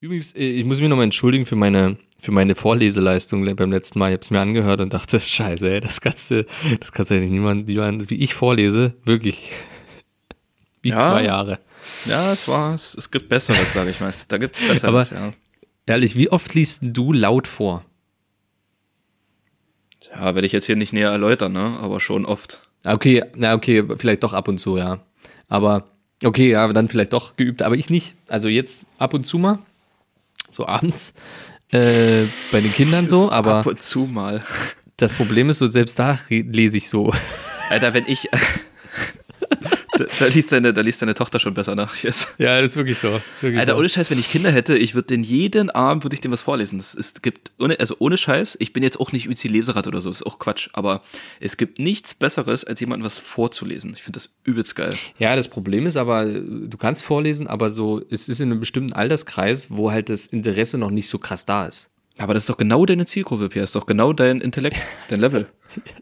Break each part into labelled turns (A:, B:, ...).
A: Übrigens, äh, ich muss mich nochmal entschuldigen für meine, für meine Vorleseleistung le- beim letzten Mal. Ich habe es mir angehört und dachte, scheiße, ey, das kannst du, das kannst du eigentlich niemand, niemand, wie ich vorlese, wirklich. Wie ich
B: Ja.
A: zwei Jahre.
B: Ja, es war, es, es gibt Besseres, sage ich mal. Da gibt es Besseres, ja.
A: Ehrlich, wie oft liest du laut vor?
B: Ja, werde ich jetzt hier nicht näher erläutern, ne? aber schon oft.
A: Ah, Okay, na okay, vielleicht doch ab und zu, ja. Aber okay, ja, dann vielleicht doch geübt, aber ich nicht. Also jetzt ab und zu mal, so abends, äh, bei den Kindern so, aber
B: Ab und zu mal.
A: das Problem ist so, selbst da re- lese ich so.
B: Alter, wenn ich. da, da, liest deine, da liest deine Tochter schon besser Nachrichten.
A: Ja, das ist wirklich so.
B: Alter, ohne Scheiß, wenn ich Kinder hätte, ich würde den jeden Abend würde ich dem was vorlesen. Es, es gibt ohne, also ohne Scheiß, ich bin jetzt auch nicht üzi Leserat oder so, ist auch Quatsch, aber es gibt nichts besseres als jemandem was vorzulesen. Ich finde das übelst geil.
A: Ja, das Problem ist aber, äh, du kannst vorlesen, aber so, es ist in einem bestimmten Alterskreis, wo halt das Interesse noch nicht so krass da ist.
B: Aber das ist doch genau deine Zielgruppe, Pierre. Das ist doch genau dein Intellekt, dein Level.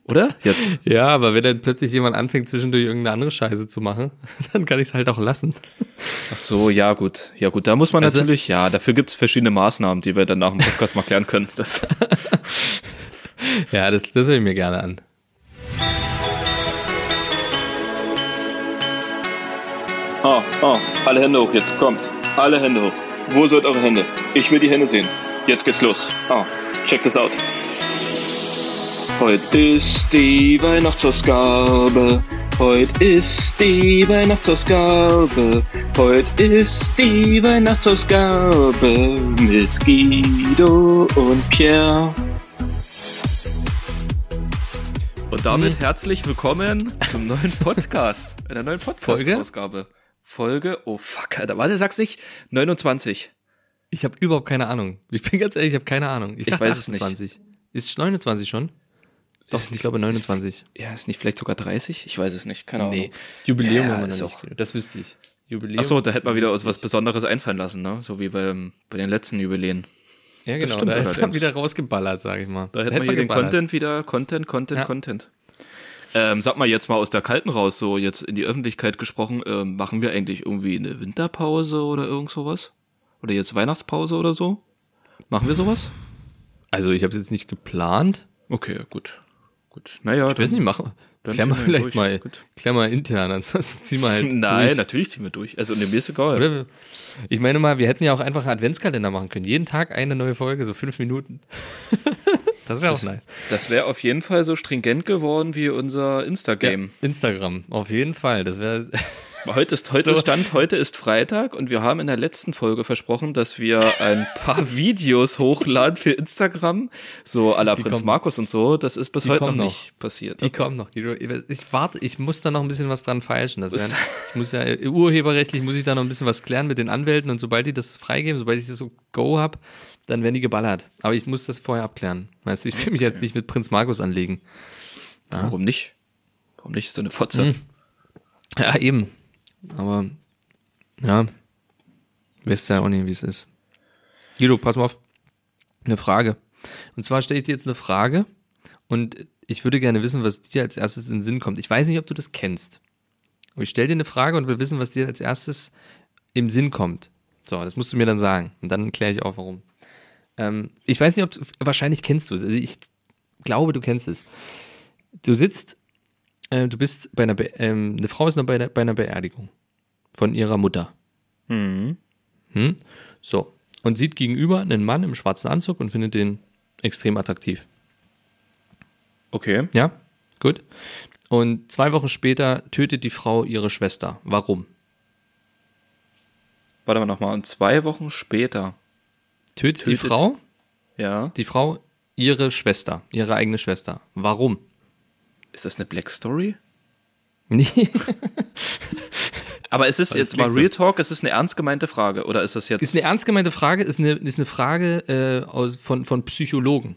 B: Oder? Jetzt.
A: Ja, aber wenn dann plötzlich jemand anfängt, zwischendurch irgendeine andere Scheiße zu machen, dann kann ich es halt auch lassen.
B: Ach so, ja, gut. Ja, gut, da muss man
A: Also-
B: natürlich, ja, dafür gibt's verschiedene Maßnahmen, die wir dann nach dem Podcast mal klären können. Das,
A: Ja, das, das höre ich mir gerne an.
C: Ah, ah, alle Hände hoch, jetzt kommt. Alle Hände hoch. Wo sind eure Hände? Ich will die Hände sehen. Jetzt geht's los. Ah, check this out. Heute ist die Weihnachtsausgabe. Heute ist die Weihnachtsausgabe. Heute ist die Weihnachtsausgabe mit Guido und Pierre.
B: und damit herzlich willkommen zum neuen Podcast, einer neuen
A: Folge?
B: Podcast-Ausgabe. Folge? oh fuck, Alter, warte, sag's nicht, 29.
A: Ich habe überhaupt keine Ahnung. Ich bin ganz ehrlich, ich habe keine Ahnung. Ich, dachte
B: weiß es nicht.
A: 28. Ist 29 schon? Doch,
B: Ist
A: ich
B: nicht-
A: glaube 29.
B: Ja, ist nicht vielleicht sogar 30? Ich weiß es nicht, keine Ahnung. Nee.
A: Genau. Jubiläum
B: Ja,
A: haben wir
B: ist
A: noch
B: auch-
A: nicht. Das wüsste ich. Jubiläum.
B: Ach so, da hätten wir wieder uns was Besonderes einfallen lassen, ne? So wie beim, bei den letzten Jubiläen.
A: Ja, genau.
B: stimmt
A: Da hätte man
B: allerdings.
A: wieder rausgeballert, sage ich mal.
B: Da hätten wir hier den Content wieder, Content, Content,
A: Ja.
B: Content. Ähm, sag mal jetzt mal aus der Kalten raus, so jetzt in die Öffentlichkeit gesprochen, ähm, machen wir eigentlich irgendwie eine Winterpause oder irgend sowas? Oder jetzt Weihnachtspause oder so? Machen wir sowas?
A: Also ich habe es jetzt nicht geplant.
B: Okay, gut. Gut. Naja,
A: Ich weiß nicht, machen.
B: dann
A: Klär mal
B: ziehen wir
A: vielleicht
B: durch.
A: mal,
B: Gut.
A: klär mal intern, ansonsten ziehen wir halt
B: Nein,
A: durch.
B: natürlich ziehen wir durch. Also nee, mir ist egal.
A: Oder? Ich meine mal, wir hätten ja auch einfach einen Adventskalender machen können. Jeden Tag eine neue Folge, so fünf Minuten. das wäre auch nice.
B: Das wäre auf jeden Fall so stringent geworden wie unser Insta-Game.
A: Instagram, auf jeden Fall. Das wäre
B: Heute ist heute
A: So.
B: Stand, heute ist Freitag und wir haben in der letzten Folge versprochen, dass wir ein paar Videos hochladen für Instagram, so à la Prinz
A: kommen-
B: Markus und so. Das ist bis heute noch,
A: kommen noch.
B: nicht passiert.
A: Die kommen noch. Die, ich warte, ich muss da noch ein bisschen was dran feilschen. Das werden, ich muss ja äh, urheberrechtlich muss ich da noch ein bisschen was klären mit den Anwälten und sobald die das freigeben, sobald ich das so go hab, dann werden die geballert. Aber ich muss das vorher abklären. Weißt du, ich will mich jetzt nicht mit Prinz Markus anlegen.
B: Warum nicht? Warum nicht? Ist so eine Fotze.
A: Hm. Ja, eben. Aber ja, weißt ja auch nicht, wie es ist. Guido, pass mal auf. Eine Frage. Und zwar stelle ich dir jetzt eine Frage und ich würde gerne wissen, was dir als erstes in den Sinn kommt. Ich weiß nicht, ob du das kennst. Aber ich stelle dir eine Frage und will wissen, was dir als erstes im Sinn kommt. So, das musst du mir dann sagen. Und dann kläre ich auch, warum. Ähm, ich weiß nicht, ob du, wahrscheinlich kennst du es. Also ich glaube, du kennst es. Du sitzt äh, du bist bei einer, Be ähm, eine Frau ist noch bei einer, bei einer Beerdigung von ihrer Mutter. Hm? So. Und sieht gegenüber einen Mann im schwarzen Anzug und findet den extrem attraktiv.
B: Okay.
A: Ja? Gut. Und zwei Wochen später tötet die Frau ihre Schwester. Warum?
B: Warte mal nochmal. Und zwei Wochen später.
A: Tötet, die
B: Tötet-
A: Frau,
B: Ja.
A: die Frau ihre Schwester, ihre eigene Schwester. Warum?
B: Ist das eine Black Story?
A: Nee.
B: Aber ist es
A: Das
B: jetzt mal
A: klingt so.
B: Real Talk? Ist es eine ernst gemeinte Frage? Oder ist das jetzt.
A: Ist eine ernst gemeinte Frage, ist eine, ist eine Frage äh, aus, von, von Psychologen.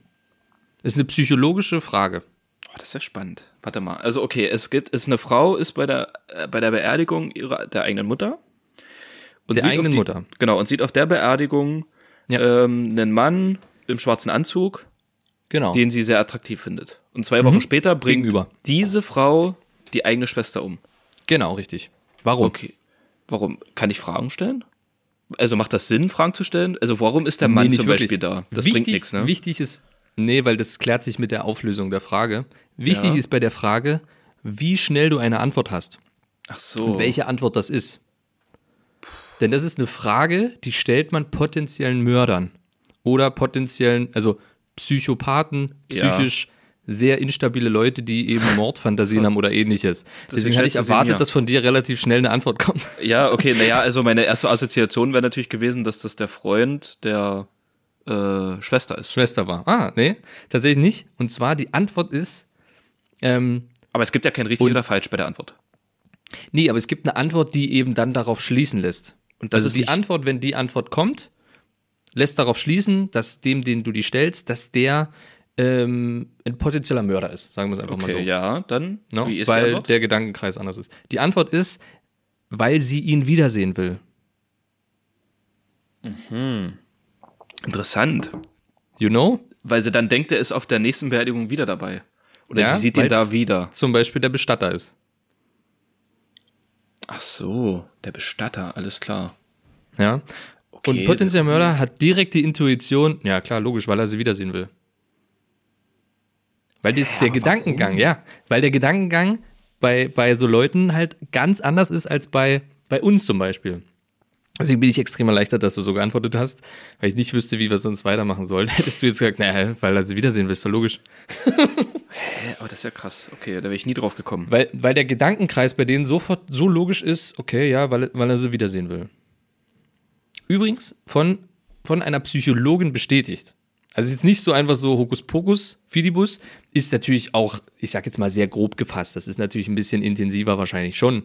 A: Ist eine psychologische Frage.
B: Oh, das ist ja spannend. Warte mal. Also okay, es gibt, es ist eine Frau, ist bei der äh, bei der Beerdigung ihrer der eigenen Mutter. Und
A: Der
B: sieht auf
A: eigenen
B: die,
A: Mutter.
B: Genau und sieht auf der Beerdigung
A: Ja.
B: ähm, einen Mann im schwarzen Anzug,
A: Genau.
B: den sie sehr attraktiv findet. Und zwei Wochen später bringt
A: Mhm. Gegenüber.
B: diese Frau die eigene Schwester um.
A: Genau, richtig. Warum?
B: Okay. Warum? Kann ich Fragen stellen? Also macht das Sinn, Fragen zu stellen? Also warum ist der Mann
A: nicht
B: zum
A: wirklich.
B: Beispiel da? Das
A: wichtig,
B: bringt nichts, ne?
A: Wichtig ist, nee, weil das klärt sich mit der Auflösung der Frage. Wichtig
B: Ja.
A: ist bei der Frage, wie schnell du eine Antwort hast.
B: Ach so.
A: Welche Antwort das ist. Denn das ist eine Frage, die stellt man potenziellen Mördern oder potenziellen, also Psychopathen,
B: Ja.
A: psychisch sehr instabile Leute, die eben Mordfantasien haben oder ähnliches. Deswegen hatte ich
B: stellst du sie mir.
A: erwartet, dass von dir relativ schnell eine Antwort kommt.
B: Ja, okay, naja, also meine erste Assoziation wäre natürlich gewesen, dass das der Freund der äh, Schwester ist.
A: Schwester war. Ah, nee, tatsächlich nicht. Und zwar die Antwort ist, ähm,
B: Aber es gibt ja kein richtig oder falsch bei der Antwort.
A: nee, aber es gibt eine Antwort, die eben dann darauf schließen lässt.
B: Und das
A: also
B: ist
A: die
B: nicht-
A: Antwort, wenn die Antwort kommt, lässt darauf schließen, dass dem, den du die stellst, dass der ähm, ein potenzieller Mörder ist. Sagen wir es einfach mal so.
B: Okay, ja, dann
A: Ne?
B: wie ist
A: weil
B: die Antwort?
A: der Gedankenkreis anders ist. Die Antwort ist, weil sie ihn wiedersehen will.
B: Interessant,
A: You know?
B: weil sie dann denkt, er ist auf der nächsten Beerdigung wieder dabei. Oder
A: Ja,
B: sie sieht ihn
A: weil's-
B: da wieder.
A: Zum Beispiel der Bestatter ist.
B: Ach so, der Bestatter, alles klar.
A: Ja. Und
B: Okay,
A: potenzieller Mörder hat direkt die Intuition, ja klar, logisch, weil er sie wiedersehen will. Weil das, der Gedankengang, ja, weil der Gedankengang bei, bei so Leuten halt ganz anders ist als bei, bei uns zum Beispiel. Deswegen bin ich extrem erleichtert, dass du so geantwortet hast, weil ich nicht wüsste, wie wir sonst weitermachen sollen. Hättest du jetzt gesagt, naja, weil er sie wiedersehen willst, doch logisch.
B: Hä, aber das ist ja krass. Okay, da wäre ich nie drauf gekommen.
A: Weil, weil der Gedankenkreis bei denen sofort so logisch ist, okay, ja, weil, weil er sie wiedersehen will. Übrigens von, von einer Psychologin bestätigt. Also es ist jetzt nicht so einfach so Hokuspokus, Fidibus, ist natürlich auch, ich sag jetzt mal sehr grob gefasst, das ist natürlich ein bisschen intensiver wahrscheinlich schon,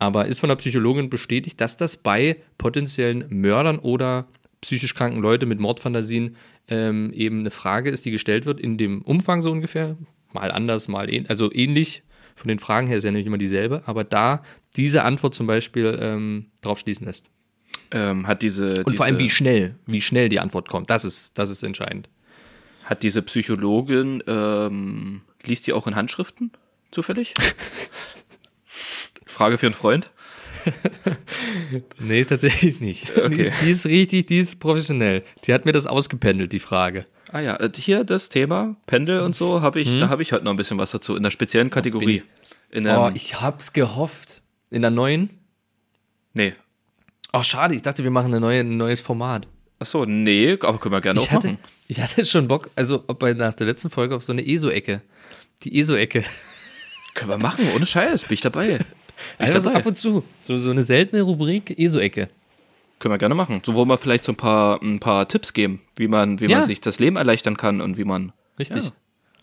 A: aber ist von der Psychologin bestätigt, dass das bei potenziellen Mördern oder psychisch kranken Leute mit Mordfantasien ähm, eben eine Frage ist, die gestellt wird in dem Umfang so ungefähr, mal anders, mal ähn also ähnlich, von den Fragen her ist ja nicht immer dieselbe, aber da diese Antwort zum Beispiel ähm, drauf schließen lässt.
B: Ähm, hat diese,
A: Und
B: diese,
A: vor allem, wie schnell, wie schnell die Antwort kommt. Das ist, das ist entscheidend.
B: hat diese Psychologin, ähm, liest die auch in Handschriften zufällig? Frage für einen Freund.
A: Nee, tatsächlich nicht.
B: Okay.
A: Die ist richtig, die ist professionell. Die hat mir das ausgependelt, die Frage.
B: Ah ja, äh, hier das Thema Pendel und so habe ich, da habe ich heute noch ein bisschen was dazu in der speziellen Kategorie. In
A: Ähm.
B: ähm, der,
A: Oh, ich hab's gehofft. In der neuen?
B: nee.
A: Oh, schade, ich dachte, wir machen eine neue, ein neues Format.
B: Ach so, nee, aber können wir gerne
A: Ich
B: auch
A: hatte,
B: machen.
A: ich hatte schon Bock, also ob bei, nach der letzten Folge auf so eine ESO-Ecke. Die E ESO-Ecke.
B: Können wir machen, ohne Scheiß, bin ich dabei. Bin ich
A: Einfach so
B: dabei.
A: ab und zu. So, so eine seltene Rubrik, E ESO-Ecke.
B: Können wir gerne machen. So, wo wir vielleicht so ein paar, ein paar Tipps geben, wie man, wie
A: Ja.
B: man sich das Leben erleichtern kann und wie man.
A: Richtig.
B: Ja.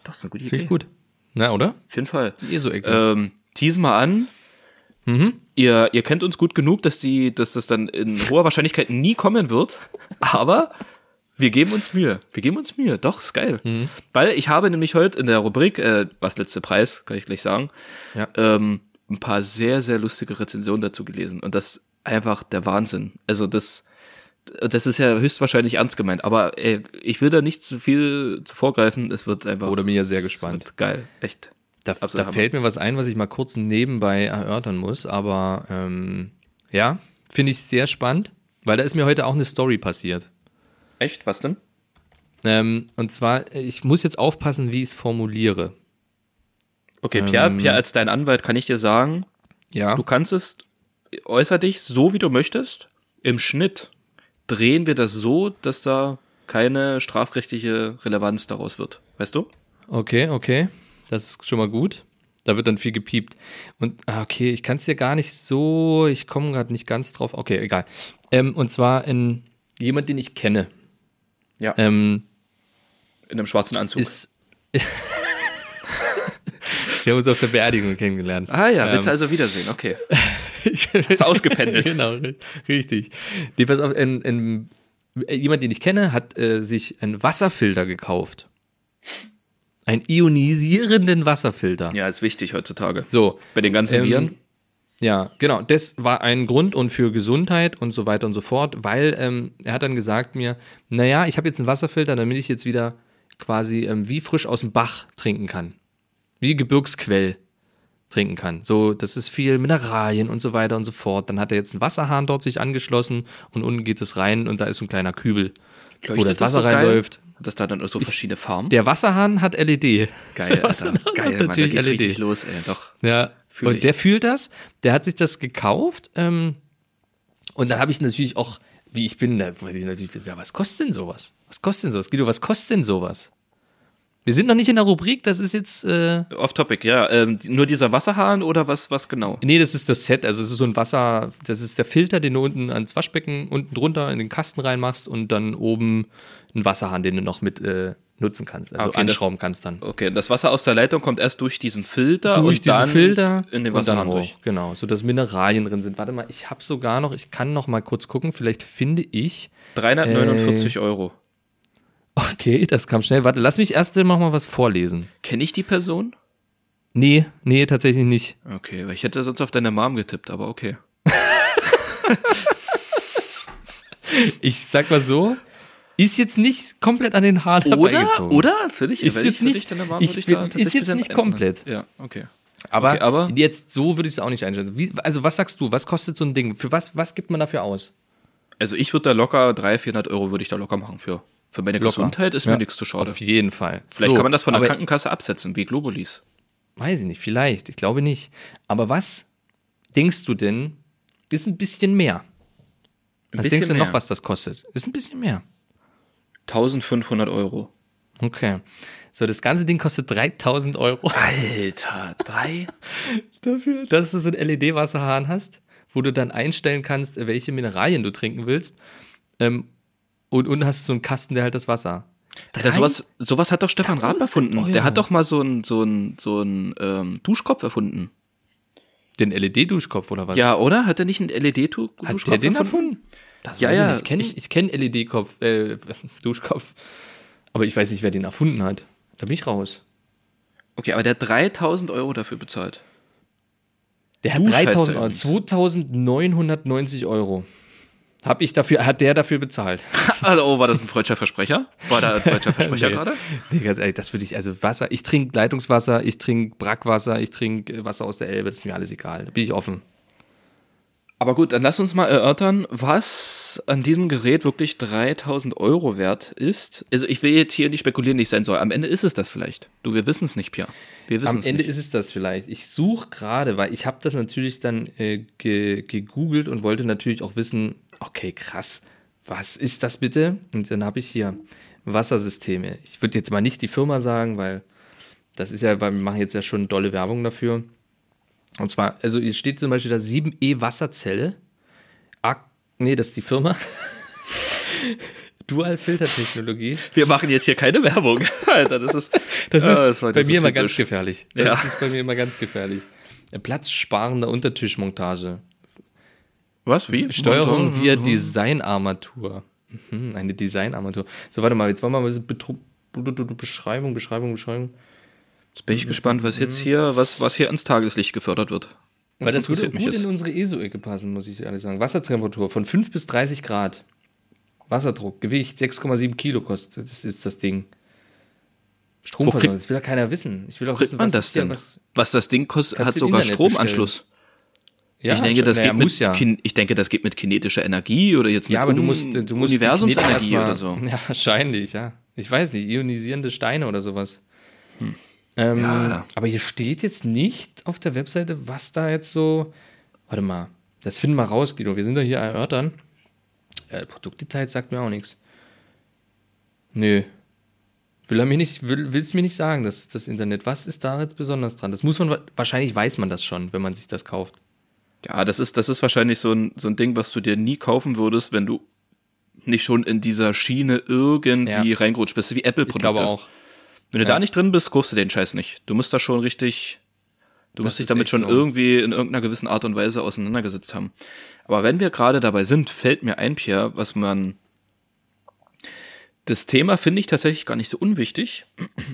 B: Das ist eine gute
A: Finde ich gut. Na, oder?
B: Auf jeden Fall.
A: Die E ESO-Ecke.
B: Ähm, teasen mal an.
A: Mhm.
B: Ihr, ihr kennt uns gut genug, dass, die, dass das dann in hoher Wahrscheinlichkeit nie kommen wird. Aber wir geben uns Mühe. Wir geben uns Mühe. Doch, ist geil.
A: Mhm.
B: Weil ich habe nämlich heute in der Rubrik, äh, was letzte Preis, kann ich gleich sagen,
A: Ja.
B: ähm, ein paar sehr, sehr lustige Rezensionen dazu gelesen. Und das ist einfach der Wahnsinn. Also das, das ist ja höchstwahrscheinlich ernst gemeint. Aber ey, ich will da nicht zu viel zu vorgreifen. Es wird einfach.
A: Oder bin ja sehr
B: es
A: gespannt.
B: wird Geil, echt.
A: Da,
B: Absolut
A: da
B: Hammer.
A: fällt mir was ein, was ich mal kurz nebenbei erörtern muss, aber ähm, ja, finde ich sehr spannend, weil da ist mir heute auch eine Story passiert.
B: Echt? Was denn?
A: Ähm, und zwar, ich muss jetzt aufpassen, wie ich es formuliere.
B: Okay, Pierre,
A: Ähm,
B: Pierre, als dein Anwalt kann ich dir sagen,
A: Ja,
B: du kannst es, äußer dich so, wie du möchtest. Im Schnitt drehen wir das so, dass da keine strafrechtliche Relevanz daraus wird. Weißt du?
A: okay, okay, das ist schon mal gut. Da wird dann viel gepiept. Und ah, okay, ich kann es dir gar nicht so, ich komme gerade nicht ganz drauf. Okay, egal. Ähm, und zwar in jemand, den ich kenne.
B: Ja.
A: Ähm,
B: In einem schwarzen Anzug.
A: ist. Wir haben uns auf der Beerdigung kennengelernt.
B: ah ja, willst
A: Ähm,
B: du also wiedersehen, okay.
A: Ich ist
B: ausgependelt.
A: genau, ri- richtig. Die, pass auf, ein, ein, jemand, den ich kenne, hat äh, sich einen Wasserfilter gekauft. Einen ionisierenden Wasserfilter.
B: Ja, ist wichtig heutzutage.
A: So,
B: Bei den ganzen
A: Ähm,
B: Viren.
A: ja, genau. Das war ein Grund und für Gesundheit und so weiter und so fort, weil ähm, er hat dann gesagt mir, naja, ich habe jetzt einen Wasserfilter, damit ich jetzt wieder quasi ähm, wie frisch aus dem Bach trinken kann. Wie Gebirgsquell. trinken kann. So, das ist viel Mineralien und so weiter und so fort. Dann hat er jetzt einen Wasserhahn dort sich angeschlossen und unten geht es rein und da ist so ein kleiner Kübel, wo das Wasser reinläuft.
B: Dass da dann auch so verschiedene Farben.
A: Der Wasserhahn hat E LED.
B: Geil, Alter. Geil, Mann, da
A: natürlich E
B: geht's
A: LED.
B: richtig los, ey. Doch.
A: Ja,
B: Fühl
A: und
B: ich.
A: der fühlt das, der hat sich das gekauft ähm, und dann habe ich natürlich auch, wie ich bin, da wollte ich natürlich gesagt, ja, was kostet denn sowas? Was kostet denn sowas? Guido, was kostet denn sowas? Wir sind noch nicht in der Rubrik, das ist jetzt, äh,
B: Off Topic, ja. Ähm, die- nur dieser Wasserhahn oder was, was genau?
A: nee, das ist das Set, also es ist so ein Wasser, das ist der Filter, den du unten ans Waschbecken, unten drunter in den Kasten reinmachst und dann oben einen Wasserhahn, den du noch mit äh, nutzen kannst, also
B: Ah, okay, das-
A: anschrauben kannst dann.
B: Okay, das Wasser aus der Leitung kommt erst durch diesen Filter
A: durch
B: und
A: diesen
B: dann
A: Filter
B: in den
A: und dann
B: Wasserhahn
A: hoch.
B: durch.
A: Genau, so dass Mineralien drin sind. Warte mal, ich habe sogar noch, ich kann noch mal kurz gucken, vielleicht finde ich. Äh.
B: 349 Euro.
A: Okay, das kam schnell. Warte, lass mich erst noch mal was vorlesen.
B: Kenne ich die Person?
A: Nee, nee, tatsächlich nicht.
B: Okay, weil ich hätte sonst auf deine Mom getippt, aber okay.
A: Ich sag mal so, ist jetzt nicht komplett an den Haaren herbeigezogen.
B: Oder? Für dich?
A: Ist
B: wenn
A: jetzt
B: für
A: nicht-
B: dich deine Mom
A: ich
B: würde ich
A: bin-
B: da
A: ist
B: tatsächlich
A: jetzt
B: ein
A: nicht
B: bisschen
A: komplett.
B: ändern. Ja, okay.
A: Aber,
B: Okay, aber-
A: jetzt so würde ich es auch nicht einschätzen. Wie, also was sagst du? Was kostet so ein Ding? Für was, was gibt man dafür aus?
B: Also ich würde da locker 300, 400 Euro würde ich da locker machen für. Für meine Gesundheit ist mir nichts zu schade.
A: Auf jeden Fall.
B: Vielleicht kann man das von der
A: aber-
B: Krankenkasse absetzen, wie Globulis.
A: Weiß ich nicht, vielleicht. Ich glaube nicht. Aber was denkst du denn, ist ein bisschen mehr?
B: Ein
A: Was
B: bisschen
A: denkst du
B: mehr.
A: noch, was das kostet? Ist ein bisschen mehr.
B: 1500 Euro.
A: Okay. So, das ganze Ding kostet 3000 Euro.
B: Alter, drei?
A: Dafür, dass du so einen LED-Wasserhahn hast, wo du dann einstellen kannst, welche Mineralien du trinken willst. Ähm, und unten hast du so einen Kasten, der halt das Wasser.
B: Alter, sowas, sowas hat doch Stefan Raab erfunden. Der hat doch mal so einen so einen, so einen, ähm, Duschkopf erfunden.
A: Den LED-Duschkopf oder was?
B: Ja, oder? Hat er nicht einen E LED-Duschkopf
A: Hat der den erfunden? Das
B: Ja,
A: weiß
B: ja,
A: ich nicht. Kenn ich ich kenne LED-Kopf, äh, Duschkopf. Aber ich weiß nicht, wer den erfunden hat. Da bin ich raus.
B: Okay, aber der hat 3000 Euro dafür bezahlt.
A: Der hat
B: Du scheißt
A: 3000
B: da
A: Euro,
B: übrigens.
A: 2990 Euro. Hab ich dafür, hat der dafür bezahlt.
B: Also, oh, war das ein freudscher Versprecher? War da ein freudscher Versprecher
A: Nee.
B: gerade?
A: Nee, ganz ehrlich, das würde ich, also Wasser, ich trinke Leitungswasser, ich trinke Brackwasser, ich trinke äh, Wasser aus der Elbe, das ist mir alles egal. Da bin ich offen.
B: Aber gut, dann lass uns mal erörtern, was an diesem Gerät wirklich 3000 Euro wert ist. Also ich will jetzt hier nicht spekulieren, nicht sein soll. Am Ende ist es das vielleicht. Du, wir wissen es nicht, Pia. Wir wissen
A: Am
B: es
A: Ende
B: nicht.
A: ist es das vielleicht. Ich suche gerade, weil ich habe das natürlich dann äh, ge gegoogelt und wollte natürlich auch wissen, okay, krass, was ist das bitte? Und dann habe ich hier Wassersysteme. Ich würde jetzt mal nicht die Firma sagen, weil das ist ja, weil wir machen jetzt ja schon dolle Werbung dafür. Und zwar, also hier steht zum Beispiel da 7E Wasserzelle. Ak nee, das ist die Firma. Dual-Filtertechnologie.
B: wir machen jetzt hier keine Werbung. Alter, das ist,
A: Das ist
B: Ah, das war
A: bei
B: so
A: mir immer ganz
B: typisch.
A: gefährlich. Das
B: Ja.
A: ist bei mir immer ganz gefährlich. Äh, Platzsparende Untertischmontage.
B: Was? Wie?
A: Steuerung
B: mhm,
A: via Designarmatur. Mhm, eine Designarmatur. So, warte mal, jetzt wollen wir mal ein bisschen Betru- Beschreibung, Beschreibung, Beschreibung.
B: Jetzt bin ich gespannt, was jetzt hier, was, was hier ans Tageslicht gefördert wird.
A: Weil das würde
B: interessiert mich
A: gut
B: jetzt.
A: in unsere ESO-Ecke passen, muss ich ehrlich sagen. Wassertemperatur von 5 bis 30 Grad. Wasserdruck, Gewicht 6,7 Kilo kostet. Das ist das Ding. Stromversorgung,
B: krieg-
A: das will ja keiner wissen. Ich will auch
B: Kriegt
A: wissen,
B: man
A: was
B: das
A: ist der-
B: denn?
A: Was,
B: Was, das Ding kostet,
A: Kannst
B: hat
A: du
B: sogar
A: Internet
B: Stromanschluss.
A: ja,
B: ich denke, das
A: naja,
B: geht mit,
A: muss ja.
B: kin- ich denke, das geht mit kinetischer Energie oder jetzt mit
A: Ja, aber du
B: Un-
A: musst, du musst die Knete
B: Universumsenergie
A: erstmal-
B: oder so.
A: Ja, wahrscheinlich, ja. Ich weiß nicht, ionisierende Steine oder sowas. Ähm,
B: Hm. Ja, ja.
A: Aber hier steht jetzt nicht auf der Webseite, was da jetzt so. Warte mal, das finden wir raus, Guido. Wir sind ja hier erörtern. Äh, Produktdetails sagt mir auch nichts. Nö. Will er mir nicht, will es mir nicht sagen, das, das Internet. Was ist da jetzt besonders dran? Das muss man, wa- wahrscheinlich weiß man das schon, wenn man sich das kauft.
B: Ja, das ist, das ist wahrscheinlich so ein, so ein Ding, was du dir nie kaufen würdest, wenn du nicht schon in dieser Schiene irgendwie
A: Ja.
B: reingerutscht bist, wie Apple-Produkte.
A: Ich glaube auch.
B: Wenn du da nicht drin bist, kaufst du den Scheiß nicht. Du musst da schon richtig, du musst dich
A: ist
B: damit
A: echt
B: schon
A: so.
B: irgendwie in irgendeiner gewissen Art und Weise auseinandergesetzt haben. Aber wenn wir gerade dabei sind, fällt mir ein, Pierre, was man, das Thema finde ich tatsächlich gar nicht so unwichtig.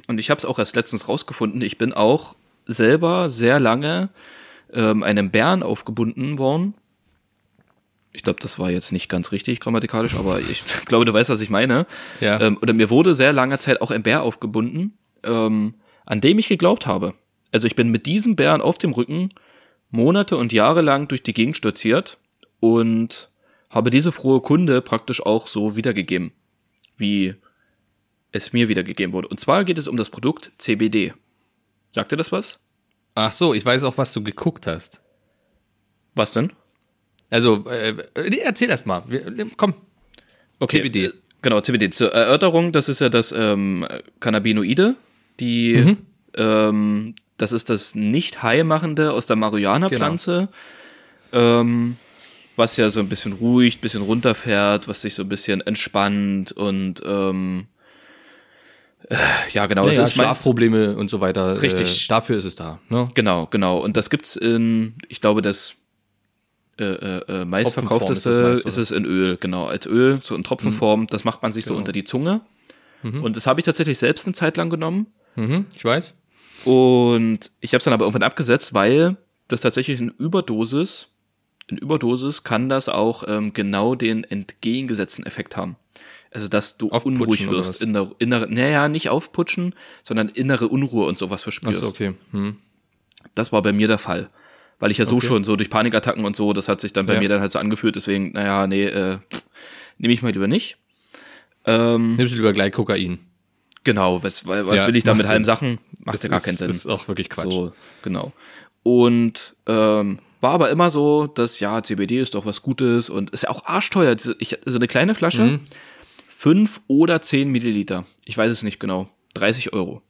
B: Und ich habe es auch erst letztens rausgefunden. Ich bin auch selber sehr lange ähm, einem Bären aufgebunden worden. Ich glaube, das war jetzt nicht ganz richtig grammatikalisch, aber ich glaube, du weißt, was ich meine.
A: Ja.
B: Ähm, oder mir wurde sehr lange Zeit auch ein Bär aufgebunden, ähm, an dem ich geglaubt habe. Also ich bin mit diesem Bären auf dem Rücken Monate und Jahre lang durch die Gegend stürziert und habe diese frohe Kunde praktisch auch so wiedergegeben, wie es mir wiedergegeben wurde. Und zwar geht es um das Produkt CBD. Sagt ihr das was?
A: Ach so, ich weiß auch, was du geguckt hast.
B: Was denn?
A: Also, äh, nee, erzähl erst mal. Wir, komm.
B: Okay.
A: CBD.
B: äh, Genau, CBD. Zur Erörterung, das ist ja das ähm, Cannabinoide, die
A: Mhm.
B: ähm, das ist das nicht heilmachende aus der Marihuana-Pflanze,
A: Genau.
B: ähm, was ja so ein bisschen ruhig, bisschen runterfährt, was sich so ein bisschen entspannt und ähm, äh, ja genau,
A: Naja,
B: meist-
A: Schlafprobleme und so weiter.
B: Richtig.
A: Äh, dafür ist es da. Ne?
B: Genau, genau. Und das gibt's in, ich glaube, das äh, äh, äh, meistverkaufteste
A: Tropfenform ist das
B: ist,
A: meist, Mhm.
B: es in Öl, genau, als Öl, so in Tropfenform. Das macht man sich
A: Genau.
B: so unter die Zunge. Und das habe ich tatsächlich selbst eine Zeit lang genommen.
A: Mhm, ich weiß.
B: Und ich habe es dann aber irgendwann abgesetzt, weil das tatsächlich in Überdosis, in Überdosis kann das auch ähm, genau den entgegengesetzten Effekt haben. Also dass du
A: Aufputschen
B: unruhig
A: oder was?
B: wirst, innere, innere, naja, nicht aufputschen, sondern innere Unruhe und sowas
A: Ach
B: verspürst.
A: so, okay. Hm.
B: Das war bei mir der Fall. Weil ich ja so
A: Okay.
B: schon so durch Panikattacken und so, das hat sich dann bei
A: Ja.
B: mir dann halt so angefühlt, deswegen, naja, nee, äh, nehme ich mal lieber nicht. Ähm,
A: Nimmst du lieber gleich Kokain.
B: genau, was, weil- was
A: Ja,
B: will ich da
A: macht
B: mit halben
A: Sinn.
B: Sachen? Macht ja gar
A: ist,
B: keinen Sinn.
A: ist auch wirklich Quatsch.
B: So, genau. Und ähm, war aber immer so, dass ja, CBD ist doch was Gutes und ist ja auch arschteuer. So- Ich, so eine kleine Flasche,
A: Mhm.
B: fünf oder zehn Milliliter. Ich weiß es nicht genau. 30 Euro.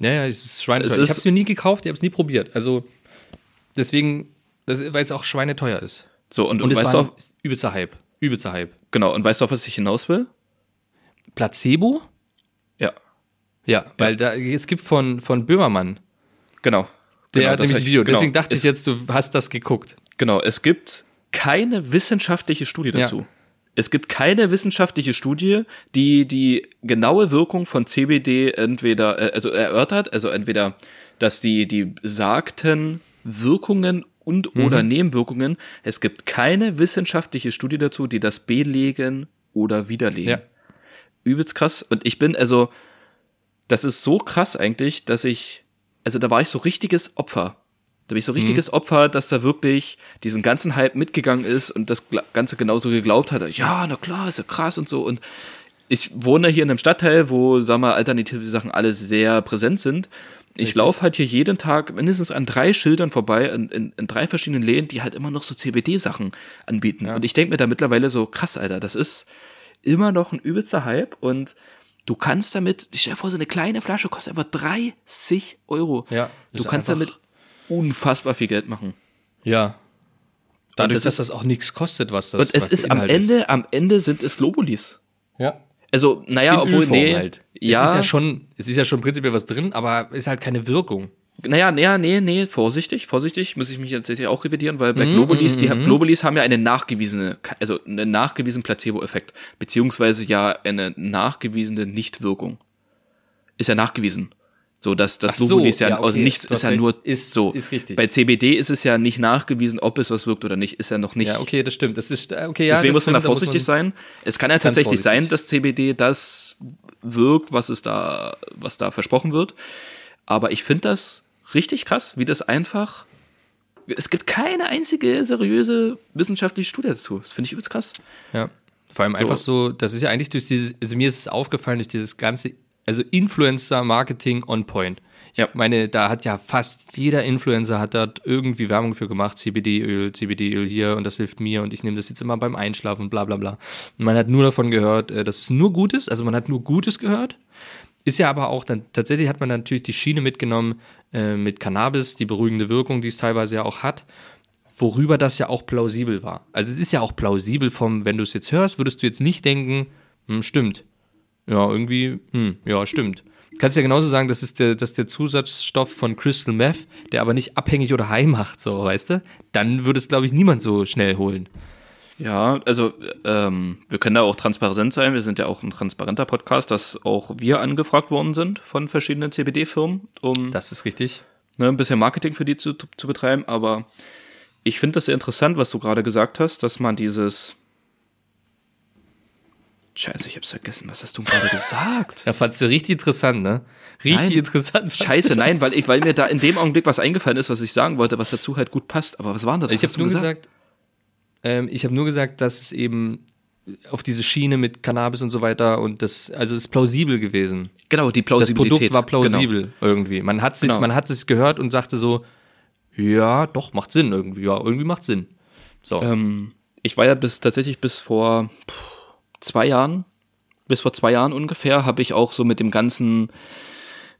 A: Ja, ja, es ist schweineteuer.
B: Es
A: ich
B: ist-
A: habe es mir nie gekauft, ich habe es nie probiert. Also deswegen, das- weil es auch schweineteuer ist.
B: So, und,
A: Und
B: und
A: es
B: weißt
A: war
B: du auch,
A: ein übelster Hype. Übelster Hype.
B: genau, und weißt du auch, was ich hinaus will?
A: Placebo?
B: Ja,
A: Ja, weil da, es gibt von, von Böhmermann,
B: genau.
A: der
B: genau,
A: hat
B: das
A: nämlich
B: hab
A: ein
B: ich-
A: Video.
B: genau,
A: Deswegen dachte
B: es,
A: ich jetzt, du hast das geguckt.
B: Genau, es gibt keine wissenschaftliche Studie
A: Ja.
B: dazu. Es gibt keine wissenschaftliche Studie, die die genaue Wirkung von CBD entweder äh, also erörtert, also entweder, dass die die sagten Wirkungen und
A: Mhm.
B: oder Nebenwirkungen. Es gibt keine wissenschaftliche Studie dazu, die das belegen oder widerlegen
A: Ja.
B: übelst krass. Und ich bin, also, das ist so krass eigentlich, dass ich, also da war ich so richtiges Opfer. Da bin ich so richtiges Opfer, dass da wirklich diesen ganzen Hype mitgegangen ist und das Gla- Ganze genauso geglaubt hat. Ja, na klar, ist ja krass und so. Und ich wohne hier in einem Stadtteil, wo, sag mal, alternative Sachen alle sehr präsent sind. Ich laufe halt hier jeden Tag mindestens an drei Schildern vorbei, in, in, in drei verschiedenen Läden, die halt immer noch so CBD-Sachen anbieten. Und ich denke mir da mittlerweile so, krass, Alter, das ist, immer noch ein übelster Hype und du kannst damit, ich stell dir vor, so eine kleine Flasche kostet einfach 30 Euro.
A: Ja, das
B: du
A: ist
B: kannst
A: einfach-
B: damit unfassbar viel Geld machen.
A: Ja. Dadurch,
B: das
A: dass
B: ist-
A: das auch nichts kostet, was das
B: Und es
A: was
B: ist am
A: Inhalt
B: Ende, am Ende sind es Globulis.
A: Ja.
B: Also, naja,
A: In
B: obwohl,
A: Ölform
B: nee,
A: halt.
B: ja,
A: Es ist ja schon, es ist ja schon prinzipiell was drin, aber ist halt keine Wirkung.
B: naja, naja, nee, nee, vorsichtig, vorsichtig, muss ich mich jetzt sicher auch revidieren, weil
A: Mhm,
B: bei Globulis, die haben, Globulis haben ja eine nachgewiesene, also einen nachgewiesenen Placebo-Effekt, beziehungsweise ja eine nachgewiesene Nichtwirkung. Ist ja nachgewiesen. So, dass das
A: Ach so,
B: Globulis ja,
A: ja,
B: also
A: okay,
B: nichts
A: du
B: ist
A: hast
B: ja
A: recht.
B: nur
A: Ist-
B: so.
A: ist richtig.
B: Bei CBD ist es ja nicht nachgewiesen, ob es was wirkt oder nicht, ist ja noch nicht.
A: Ja, okay, das stimmt. Das ist, äh, okay, ja.
B: Deswegen
A: das
B: muss man da
A: stimmt,
B: vorsichtig sein. Es kann ja tatsächlich sein, dass CBD das wirkt, was es da, was da versprochen wird. Aber ich finde das richtig krass, wie das einfach. Es gibt keine einzige seriöse wissenschaftliche Studie dazu. Das finde ich übelst krass.
A: Ja. Vor allem einfach so, das ist ja eigentlich durch dieses, also mir ist es aufgefallen, durch dieses ganze, also Influencer-Marketing on point. Ich
B: Ja.
A: meine, da hat ja fast jeder Influencer hat dort irgendwie Werbung für gemacht, CBD-Öl, CBD-Öl hier und das hilft mir und ich nehme das jetzt immer beim Einschlafen und bla bla bla. Und man hat nur davon gehört, äh, dass es nur Gutes, also man hat nur Gutes gehört. Ist ja aber auch dann, tatsächlich hat man dann natürlich die Schiene mitgenommen äh, mit Cannabis, die beruhigende Wirkung, die es teilweise ja auch hat, worüber das ja auch plausibel war. Also es ist ja auch plausibel vom, wenn du es jetzt hörst, würdest du jetzt nicht denken, hm, stimmt. Ja, irgendwie, hm, ja, stimmt. Kannst ja genauso sagen, das ist der, das ist der Zusatzstoff von Crystal Meth, der aber nicht abhängig oder high macht, so, weißt du? Dann würde es, glaube ich, niemand so schnell holen.
B: Ja, also ähm, wir können da auch transparent sein. Wir sind ja auch ein transparenter Podcast, dass auch wir angefragt worden sind von verschiedenen CBD-Firmen, um
A: Das ist richtig.
B: ne, ein bisschen Marketing für die zu, zu betreiben, aber ich finde das sehr interessant, was du gerade gesagt hast, dass man dieses Scheiße, ich hab's vergessen. Was hast du gerade gesagt?
A: Da fandst du richtig interessant, ne? Richtig
B: Nein.
A: interessant. fandst
B: Scheiße,
A: du
B: nein,
A: das?
B: weil, ich, weil mir da in dem Augenblick was eingefallen ist, was ich sagen wollte, was dazu halt gut passt. Aber was war denn das? Was
A: Ich habe
B: hast du
A: nur gesagt, ähm, ich habe nur gesagt, dass es eben auf diese Schiene mit Cannabis und so weiter und das, also es ist plausibel gewesen.
B: Genau, die
A: Das
B: Plausibilität.
A: Produkt war
B: Genau.
A: plausibel irgendwie. Man hat es,
B: Genau.
A: man hat es gehört und sagte so, ja, doch macht Sinn irgendwie, ja, irgendwie macht Sinn. So,
B: Ähm, ich war ja bis tatsächlich bis vor pff, zwei Jahren, bis vor zwei Jahren ungefähr, habe ich auch so mit dem ganzen,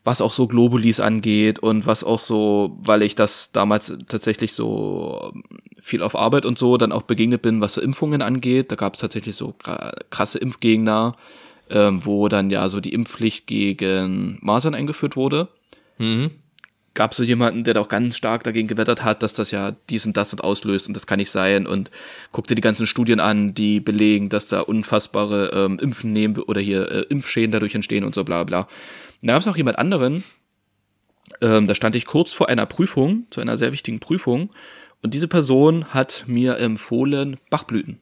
B: was auch so Globulis angeht und was auch so, weil ich das damals tatsächlich so ähm, viel auf Arbeit und so dann auch begegnet bin, was so Impfungen angeht. Da gab es tatsächlich so gra- krasse Impfgegner, ähm, wo dann ja so die Impfpflicht gegen Masern eingeführt wurde gab so jemanden, der da auch ganz stark dagegen gewettert hat, dass das ja dies und das und auslöst und das kann nicht sein und guckte die ganzen Studien an, die belegen, dass da unfassbare ähm, Impfen nehmen oder hier äh, Impfschäden dadurch entstehen und so bla bla. Und da gab es noch jemand anderen, ähm, da stand ich kurz vor einer Prüfung, zu einer sehr wichtigen Prüfung und diese Person hat mir empfohlen Bachblüten.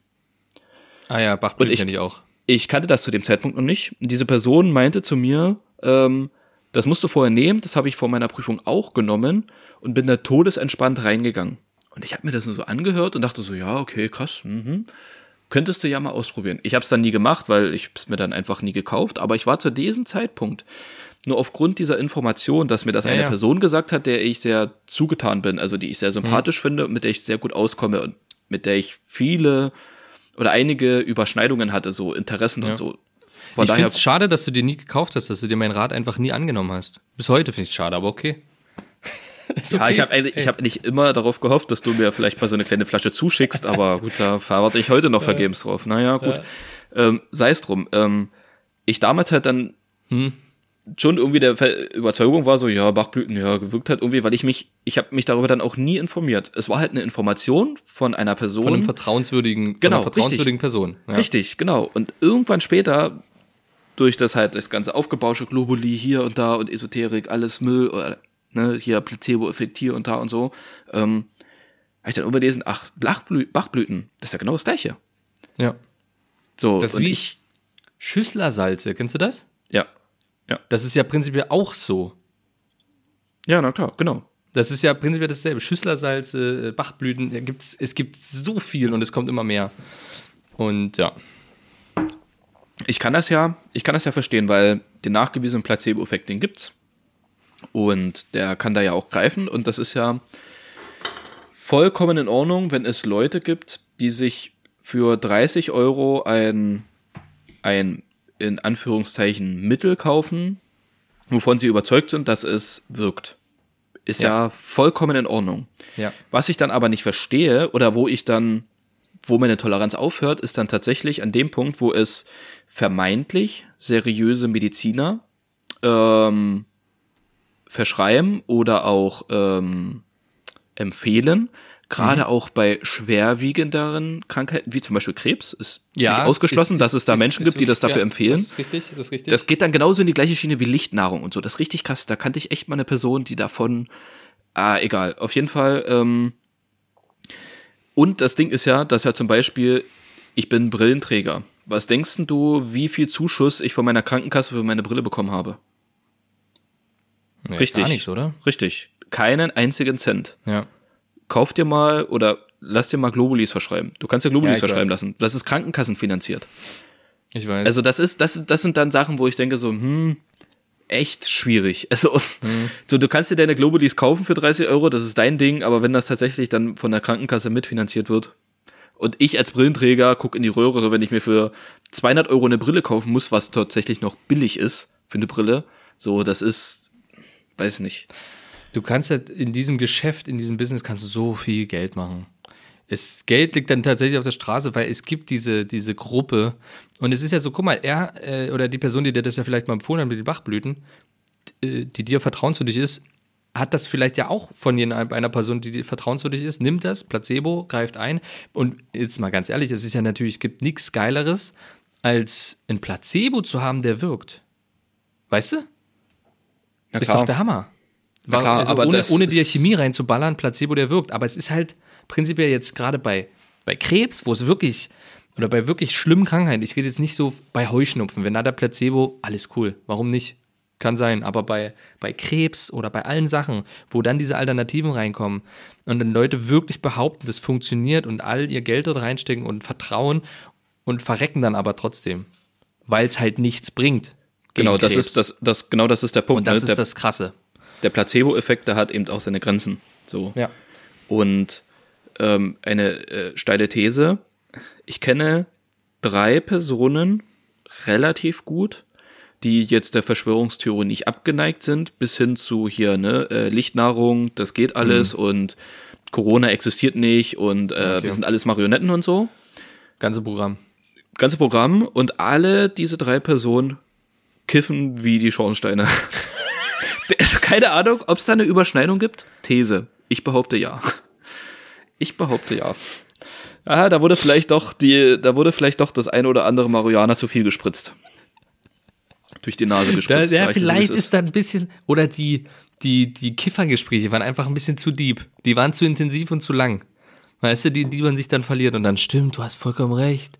A: ah ja, Bachblüten
B: und ich-
A: kenne ich auch.
B: Ich kannte das zu dem Zeitpunkt noch nicht. Und Diese Person meinte zu mir, ähm, das musst du vorher nehmen, das habe ich vor meiner Prüfung auch genommen und bin da todesentspannt reingegangen. Und ich habe mir das nur so angehört und dachte so, ja, okay, krass, mhm. könntest du ja mal ausprobieren. Ich habe es dann nie gemacht, weil ich es mir dann einfach nie gekauft, aber ich war zu diesem Zeitpunkt nur aufgrund dieser Information, dass mir das eine
A: ja.
B: Person gesagt hat, der ich sehr zugetan bin, also die ich sehr sympathisch
A: Mhm.
B: finde und mit der ich sehr gut auskomme und mit der ich viele oder einige Überschneidungen hatte, so Interessen und so. Von
A: ich
B: daher,
A: finde es schade, dass du dir nie gekauft hast, dass du dir meinen Rat einfach nie angenommen hast. Bis heute finde ich es schade, aber okay. Ist
B: ja, ich
A: okay.
B: habe eigentlich, ich habe nicht immer darauf gehofft, dass du mir vielleicht mal so eine kleine Flasche zuschickst, aber gut, da warte ich heute noch vergebens drauf. Naja, gut. Ähm, Sei es drum. Ähm, ich damals halt dann
A: Hm.
B: schon irgendwie der Ver- Überzeugung war so, ja, Bachblüten, ja, gewirkt hat irgendwie, weil ich mich, ich habe mich darüber dann auch nie informiert. Es war halt eine Information von einer Person.
A: Von einem vertrauenswürdigen,
B: Genau,
A: von einer vertrauenswürdigen Person. Ja.
B: Richtig, genau. Und irgendwann später, durch das halt das ganze Aufgebausche, Globuli hier und da und Esoterik, alles Müll, oder, ne, hier Placebo-Effekt hier und da und so, ähm, habe ich dann überlesen, ach, Bachblü Bachblüten, das ist ja genau das Gleiche.
A: Ja.
B: So,
A: Das
B: und
A: wie ich. Schüsslersalze, kennst du das?
B: Ja.
A: Das ist ja prinzipiell auch so.
B: Ja, na klar, genau.
A: Das ist ja prinzipiell dasselbe. Schüsslersalze, äh, Bachblüten, da gibt's, es gibt so viel und es kommt immer mehr. Und ja.
B: Ich kann das ja, ich kann das ja verstehen, weil den nachgewiesenen Placebo-Effekt, den gibt's. Und der kann da ja auch greifen. Und das ist ja vollkommen in Ordnung, wenn es Leute gibt, die sich für 30 Euro ein, ein, in Anführungszeichen, Mittel kaufen, wovon sie überzeugt sind, dass es wirkt. Ist ja,
A: Ja.
B: ja vollkommen in Ordnung.
A: Ja.
B: Was ich dann aber nicht verstehe oder wo ich dann, wo meine Toleranz aufhört, ist dann tatsächlich an dem Punkt, wo es vermeintlich seriöse Mediziner ähm, verschreiben oder auch ähm, empfehlen.
A: Mhm.
B: Gerade auch bei schwerwiegenderen Krankheiten, wie zum Beispiel Krebs, ist nicht ausgeschlossen,
A: ist-
B: dass es da
A: ist-
B: Menschen
A: ist
B: gibt, die das
A: wirklich-
B: dafür
A: ja,
B: empfehlen.
A: Das ist richtig, das ist richtig.
B: Das geht dann genauso in die gleiche Schiene wie Lichtnahrung und so. Das ist richtig krass. Da kannte ich echt mal eine Person, die davon. Ah, egal. Auf jeden Fall. Ähm, und das Ding ist ja, dass ja zum Beispiel, ich bin Brillenträger. Was denkst denn du, wie viel Zuschuss ich von meiner Krankenkasse für meine Brille bekommen habe?
A: Nee,
B: richtig.
A: Gar nichts, oder?
B: Richtig. Keinen einzigen Cent.
A: Ja.
B: Kauf dir mal oder lass dir mal Globulis verschreiben. Du kannst dir Globulis
A: Ja, ich
B: verschreiben
A: weiß.
B: lassen. Das ist krankenkassenfinanziert.
A: Ich weiß.
B: Also das ist, das, das sind dann Sachen, wo ich denke so, hm, echt schwierig. Also so, du kannst dir deine Globulis kaufen für 30 Euro, das ist dein Ding, aber wenn das tatsächlich dann von der Krankenkasse mitfinanziert wird und ich als Brillenträger guck in die Röhre, wenn ich mir für 200 Euro eine Brille kaufen muss, was tatsächlich noch billig ist für eine Brille, so, das ist, weiß nicht.
A: Du kannst halt in diesem Geschäft, in diesem Business kannst du so viel Geld machen. Es, Geld liegt dann tatsächlich auf der Straße, weil es gibt diese, diese Gruppe. Und es ist ja so, guck mal, er äh, oder die Person, die dir das ja vielleicht mal empfohlen hat mit den Bachblüten, äh, die dir vertrauenswürdig ist, hat das vielleicht ja auch von jener- einer Person, die dir vertrauenswürdig ist, nimmt das, Placebo, greift ein. Und jetzt mal ganz ehrlich, es ist ja natürlich, gibt nichts Geileres, als ein Placebo zu haben, der wirkt. Weißt du?
B: Na
A: Ist doch der Hammer.
B: Na klar,
A: also
B: aber
A: ohne,
B: das
A: ohne dir
B: ist-
A: Chemie reinzuballern, Placebo, der wirkt. Aber es ist halt prinzipiell jetzt gerade bei, bei Krebs, wo es wirklich oder bei wirklich schlimmen Krankheiten, ich rede jetzt nicht so bei Heuschnupfen, wenn da der Placebo, alles cool, warum nicht? Kann sein, aber bei, bei Krebs oder bei allen Sachen, wo dann diese Alternativen reinkommen und dann Leute wirklich behaupten, das funktioniert und all ihr Geld dort reinstecken und vertrauen und verrecken dann aber trotzdem, weil es halt nichts bringt. gegen
B: Genau, das
A: Krebs.
B: ist, das, das, genau das ist der Punkt.
A: Und das
B: ne?
A: ist
B: der,
A: das Krasse.
B: der Placebo-Effekt, der hat eben auch seine Grenzen. So.
A: Ja.
B: Und ähm, eine äh, steile These. Ich kenne drei Personen relativ gut, die jetzt der Verschwörungstheorie nicht abgeneigt sind, bis hin zu hier, ne, äh, Lichtnahrung, das geht alles und Corona existiert nicht und äh, wir sind alles Marionetten und so.
A: Ganze Programm.
B: Ganze Programm und alle diese drei Personen kiffen wie die Schornsteine. also keine Ahnung, ob es da eine Überschneidung gibt. These. Ich behaupte ja. Ich behaupte ja. Ah, da wurde vielleicht doch die, da wurde vielleicht doch das eine oder andere Marihuana zu viel gespritzt. Durch die Nase
A: Da,
B: gespritzt.
A: ja,
B: sag ich dir, so wie
A: vielleicht
B: es
A: ist da ein bisschen, oder die, die, die Kiffergespräche waren einfach ein bisschen zu deep. Die waren zu intensiv und zu lang. Weißt du, die, die man sich dann verliert und dann stimmt, du hast vollkommen recht.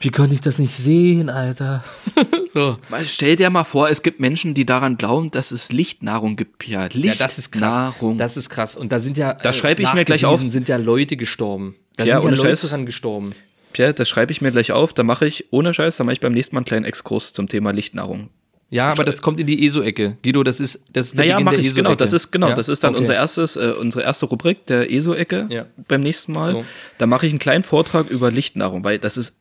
A: Wie konnte ich das nicht sehen, Alter? so.
B: Weil stell dir mal vor, es gibt Menschen, die daran glauben, dass es Lichtnahrung gibt. Ja, Lichtnahrung.
A: Das ist krass. Und da sind ja, da
B: schreibe ich mir gleich auf.
A: sind ja Leute gestorben. Da
B: Ja,
A: sind ja
B: ohne
A: Leute
B: Scheiß.
A: dran gestorben.
B: Ja, das schreibe ich mir gleich auf. Da mache ich, ohne Scheiß, da mache ich beim nächsten Mal einen kleinen Exkurs zum Thema Lichtnahrung.
A: Ja, aber das kommt in die ESO-Ecke. Guido, das ist, das ist der
B: Naja,
A: Beginn
B: mache
A: der
B: ich, genau.
A: ESO-Ecke.
B: Das ist, genau,
A: Ja?
B: das ist dann
A: Okay.
B: unser erstes, äh, unsere erste Rubrik der ESO-Ecke
A: Ja.
B: beim nächsten Mal.
A: So.
B: Da mache ich einen kleinen Vortrag über Lichtnahrung, weil das ist,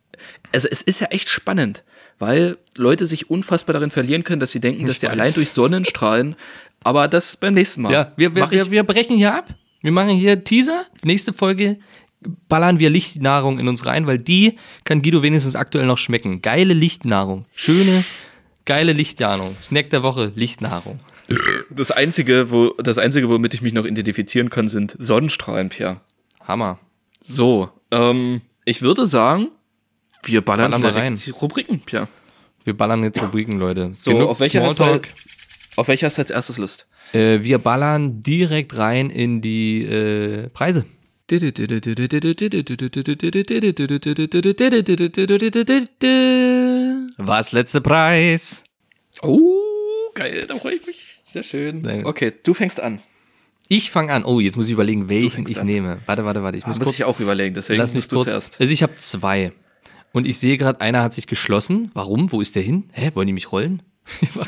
B: also es ist ja echt spannend, weil Leute sich unfassbar darin verlieren können, dass sie denken, dass die
A: weiß.
B: allein durch Sonnenstrahlen, aber das beim nächsten Mal.
A: Ja, wir, wir,
B: Mach ich-
A: wir, wir brechen hier ab. Wir machen hier Teaser. Nächste Folge ballern wir Lichtnahrung in uns rein, weil die kann Guido wenigstens aktuell noch schmecken. Geile Lichtnahrung. Schöne, geile Lichtnahrung. Snack der Woche, Lichtnahrung.
B: das einzige, wo, das einzige, womit ich mich noch identifizieren kann, sind Sonnenstrahlen, Pierre.
A: Hammer.
B: So, ähm, ich würde sagen, wir ballern,
A: Ballern wir
B: direkt
A: rein.
B: die Rubriken, Pierre.
A: Wir ballern jetzt Rubriken, Leute.
B: So,
A: Genug
B: auf welche, hast du
A: Smalltalk.
B: als, auf welche hast du als erstes Lust?
A: Äh, wir ballern direkt rein in die äh, Preise. Was letzte Preis?
B: Oh, geil, da freue ich mich. Sehr schön.
A: Sehr gut.
B: Okay, du fängst an.
A: Ich fange an. Oh, jetzt muss ich überlegen, welchen
B: fängst
A: ich
B: an. Ah,
A: nehme. Warte, warte, warte. Ich muss
B: Muss,
A: kurz
B: ich auch überlegen, deswegen
A: Lass mich
B: musst du
A: kurz.
B: zuerst.
A: Also ich habe zwei. Und ich sehe gerade, einer hat sich geschlossen. Warum? Wo ist der hin? Hä, wollen die mich rollen?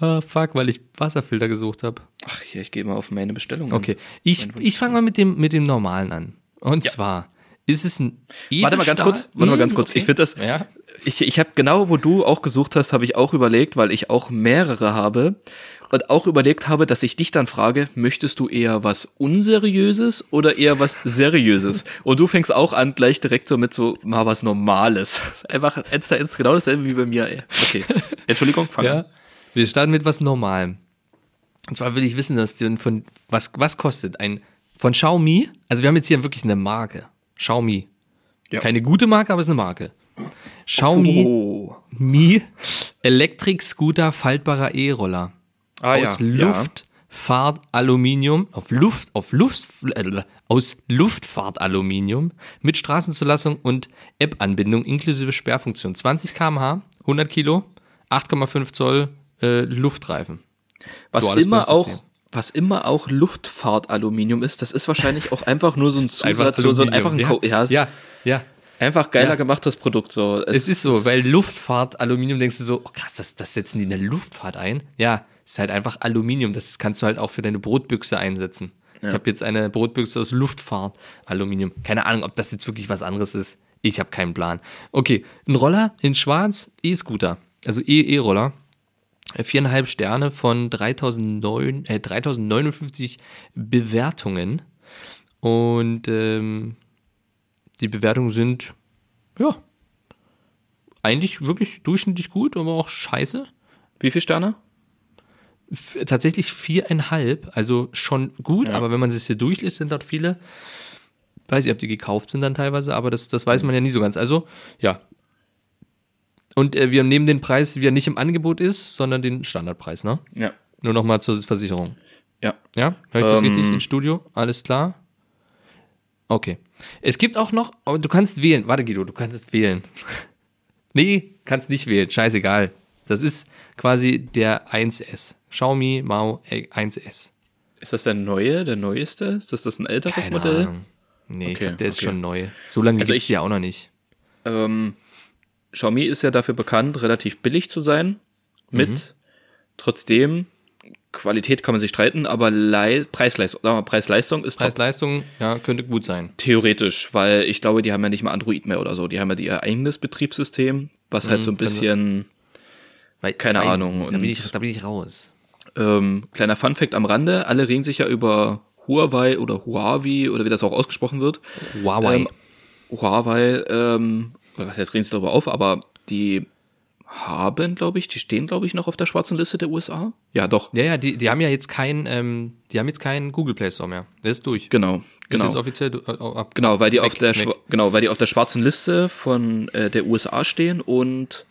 A: Ah, fuck, weil ich Wasserfilter gesucht habe.
B: Ach, hier, ich gehe mal auf meine Bestellung.
A: Okay, ich, ich fange mal mit dem, mit dem normalen an. Und zwar ist es ein
B: Warte mal ganz
A: Edelstahl-
B: kurz, warte mal ganz
A: Mm,
B: kurz.
A: okay.
B: Ich finde das,
A: Ja.
B: ich, ich habe genau, wo du auch gesucht hast, habe ich auch überlegt, weil ich auch mehrere habe und auch überlegt habe, dass ich dich dann frage, möchtest du eher was Unseriöses oder eher was Seriöses? Und du fängst auch an, gleich direkt so mit so mal was Normales. Einfach eins zu eins genau dasselbe wie bei mir, ey. Okay. Entschuldigung, fang an.
A: Ja. Wir starten mit was Normalem. Und zwar will ich wissen, dass du von was, was kostet ein von Xiaomi? Also wir haben jetzt hier wirklich eine Marke. Xiaomi.
B: Ja.
A: Keine gute Marke, aber es ist eine Marke. Xiaomi
B: Oh.
A: Mi Electric Scooter faltbarer E-Roller
B: Ah,
A: aus Luftfahrtaluminium, auf Luft, auf Luft, äh, aus Luftfahrtaluminium mit Straßenzulassung und App-Anbindung inklusive Sperrfunktion. 20 km/h, 100 Kilo, 8,5 Zoll äh, Luftreifen.
B: Was
A: Duales
B: immer
A: Bremssystem.
B: auch, was immer auch Luftfahrtaluminium ist, das ist wahrscheinlich auch einfach nur so ein Zusatz, so, so ein einfach ein
A: Aluminium,
B: Co- ja,
A: ja, ja.
B: einfach geiler
A: Ja.
B: gemachtes Produkt so.
A: Es ist so, weil Luftfahrt, Aluminium, denkst du so, oh krass, das, das setzen die in der Luftfahrt ein. Ja, ist halt einfach Aluminium. Das kannst du halt auch für deine Brotbüchse einsetzen. Ich habe jetzt eine Brotbüchse aus Luftfahrt, Aluminium. Keine Ahnung, ob das jetzt wirklich was anderes ist. Ich habe keinen Plan. Okay, ein Roller in Schwarz, E-Scooter, also E-E-Roller. Äh, Viereinhalb Sterne von 3009, äh, 3059 Bewertungen. Und ähm, die Bewertungen sind, ja, eigentlich wirklich durchschnittlich gut, aber auch scheiße.
B: Wie viel Sterne?
A: F tatsächlich viereinhalb, also schon gut, aber wenn man es hier durchliest, sind dort viele. Weiß ich, ob die gekauft sind dann teilweise, aber das, das weiß man ja nie so ganz. Also, ja. Und äh, wir nehmen den Preis, der nicht im Angebot ist, sondern den Standardpreis, ne?
B: Ja.
A: Nur nochmal zur Versicherung.
B: Ja.
A: Ja? Hör ich das
B: Ähm.
A: richtig im Studio? Alles klar? Okay. Es gibt auch noch, aber du kannst wählen. Warte, Guido, du kannst es wählen. nee, kannst nicht wählen. Scheißegal. Das ist quasi der 1S. Xiaomi Mao 1S.
B: Ist das der neue, der neueste? Ist das, das ein älteres
A: Keine
B: Modell?
A: Ahnung. Nee, ich
B: Okay,
A: glaub, der ist
B: okay.
A: schon neu. So lange
B: Also
A: gibt's
B: ich-
A: die ja auch noch nicht.
B: Ähm, Xiaomi ist ja dafür bekannt, relativ billig zu sein. Mit trotzdem Qualität kann man sich streiten, aber Lei- Preis-Leistung, sagen wir mal, Preis-Leistung ist top.
A: Preis-Leistung, ja, könnte gut sein.
B: theoretisch, weil ich glaube, die haben ja nicht mal Android mehr oder so. Die haben ja ihr eigenes Betriebssystem, was halt so ein bisschen
A: Weil,
B: Keine
A: ich weiß
B: Ahnung,
A: Nicht, da, bin
B: und-
A: ich, da bin ich raus.
B: Ähm, kleiner Funfact am Rande, alle regen sich ja über Huawei oder Huawei oder wie das auch ausgesprochen wird.
A: Huawei.
B: Ähm, Huawei, ähm, oder was heißt, regen sich darüber auf, aber die haben, glaube ich, die stehen, glaube ich, noch auf der schwarzen Liste der USA. Ja, doch.
A: ja, ja, die, die haben ja jetzt keinen, ähm, die haben jetzt keinen Google Play Store mehr. Der ist durch.
B: Genau,
A: Ist
B: genau.
A: jetzt offiziell du- äh, ab.
B: Genau, weil die auf
A: Weg,
B: der
A: weg.
B: schwa- genau, weil die auf der schwarzen Liste von äh, der USA stehen und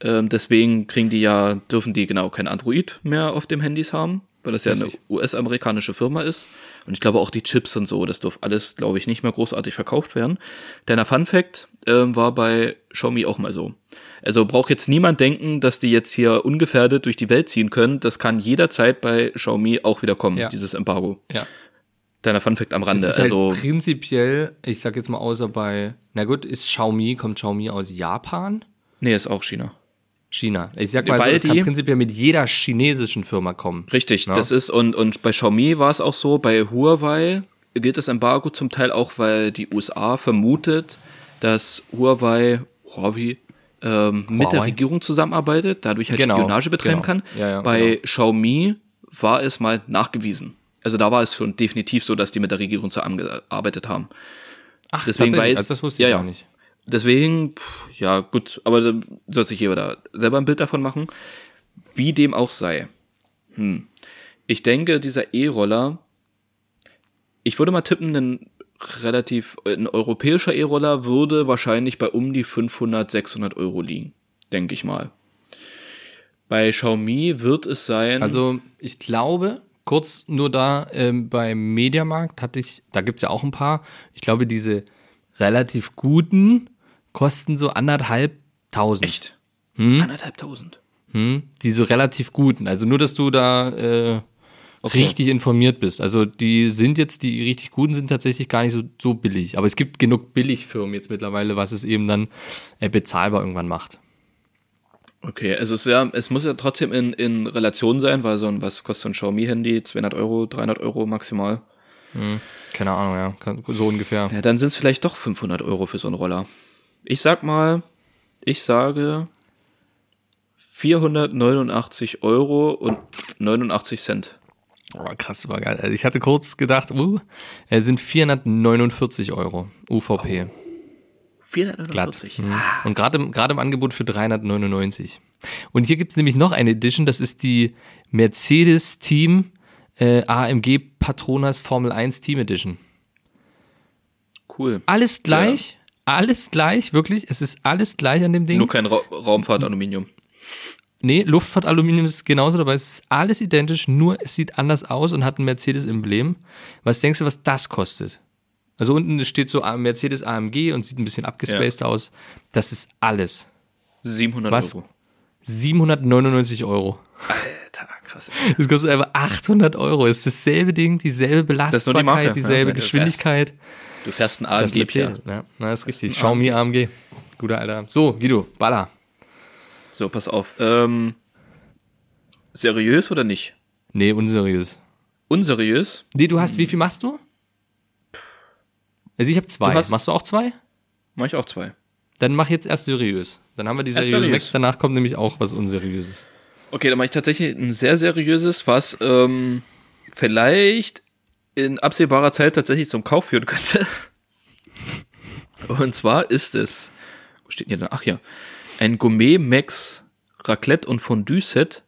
B: ähm, deswegen kriegen die ja dürfen die genau kein Android mehr auf dem Handys haben, weil das ja eine
A: Richtig.
B: US-amerikanische Firma ist und ich glaube auch die Chips und so, das darf alles glaube ich nicht mehr großartig verkauft werden. Deiner Fun Fact ähm, war bei Xiaomi auch mal so. Also braucht jetzt niemand denken, dass die jetzt hier ungefährdet durch die Welt ziehen können, das kann jederzeit bei Xiaomi auch wieder kommen,
A: Ja.
B: dieses Embargo.
A: Ja.
B: Deiner Fun Fact am
A: Es
B: Rande,
A: ist halt
B: also
A: prinzipiell, ich sag jetzt mal außer bei, na gut, ist Xiaomi, kommt Xiaomi aus Japan?
B: nee, ist auch China.
A: China. Ich sag mal, so,
B: Weil
A: das kann
B: die-
A: prinzipiell mit jeder chinesischen Firma kommen.
B: Richtig,
A: Ja.
B: das ist, und, und bei Xiaomi war es auch so, bei Huawei gilt das Embargo zum Teil auch, weil die USA vermutet, dass Huawei, Huawei, ähm, mit der
A: Huawei.
B: Regierung zusammenarbeitet, dadurch halt
A: Genau,
B: Spionage betreiben
A: genau.
B: kann.
A: Ja, ja,
B: bei
A: genau.
B: Xiaomi war es mal nachgewiesen. Also da war es schon definitiv so, dass die mit der Regierung zusammengearbeitet haben.
A: Ach,
B: Deswegen
A: tatsächlich?
B: weiß-
A: also das wusste ich
B: Ja, ja.
A: gar nicht.
B: Deswegen, pff, ja gut, aber da soll sich jeder da selber ein Bild davon machen. Wie dem auch sei. Hm. Ich denke, dieser E-Roller, ich würde mal tippen, ein relativ, ein europäischer E-Roller würde wahrscheinlich bei um die 500, 600 Euro liegen. Denke ich mal. Bei Xiaomi wird es sein,
A: Also ich glaube, kurz nur da ähm, beim Mediamarkt hatte ich, da gibt es ja auch ein paar, ich glaube, diese relativ guten kosten so anderthalb tausend.
B: echt, anderthalb tausend.
A: Hm? Die so relativ guten. Also nur, dass du da äh, richtig informiert bist. Also die sind jetzt, die richtig guten sind tatsächlich gar nicht so, so billig. Aber es gibt genug Billigfirmen jetzt mittlerweile, was es eben dann äh, bezahlbar irgendwann macht.
B: Okay, also es, ist ja, es muss ja trotzdem in, in Relation sein, weil so ein, was kostet so ein Xiaomi-Handy? 200 Euro, 300 Euro maximal.
A: Keine Ahnung, ja. kann- So ungefähr.
B: Ja, dann sind es vielleicht doch 500 Euro für so einen Roller. Ich sag mal, ich sage 489 Euro und 89 Cent.
A: Oh, krass, war geil. Also ich hatte kurz gedacht, uh, es sind 449 Euro UVP.
B: 449.
A: Mhm. Und gerade im, gerade im Angebot für 399. Und hier gibt's nämlich noch eine Edition, das ist die Mercedes Team äh, AMG Patronas Formel 1 Team Edition.
B: Cool.
A: Alles gleich, alles gleich, wirklich. Es ist alles gleich an dem Ding.
B: Nur kein Ra Raumfahrt-Aluminium.
A: Nee, Luftfahrtaluminium ist genauso dabei. Es ist alles identisch, nur es sieht anders aus und hat ein Mercedes-Emblem. Was denkst du, was das kostet? Also unten steht so Mercedes AMG und sieht ein bisschen abgespaced aus. Das ist alles.
B: 700
A: Was?
B: Euro.
A: 799 Euro.
B: Alter, krass.
A: Das kostet einfach 800 Euro. Es ist dasselbe Ding, dieselbe
B: ist nur die
A: Belastbarkeit,
B: Marke.
A: dieselbe
B: Ja, ne? das ist
A: Geschwindigkeit.
B: Du fährst einen
A: Das
B: AMG, ja.
A: Mercedes. Ja, na, ist richtig. Xiaomi AMG. Guter Alter. So, Guido, Baller.
B: So, pass auf. Ähm, seriös oder nicht?
A: Nee, unseriös.
B: Unseriös?
A: Nee, du hast, wie viel machst du? Also ich habe zwei.
B: Du hast-
A: machst du auch zwei?
B: Mach ich auch zwei.
A: Dann mach jetzt erst seriös. Dann haben wir die
B: Erst
A: seriös weg.
B: seriös.
A: Danach kommt nämlich auch was Unseriöses.
B: Okay, dann mache ich tatsächlich ein sehr seriöses, was ähm, vielleicht in absehbarer Zeit tatsächlich zum Kauf führen könnte. Und zwar ist es, wo steht denn hier? Ach ja, ein Gourmet Max Raclette und Fondue Set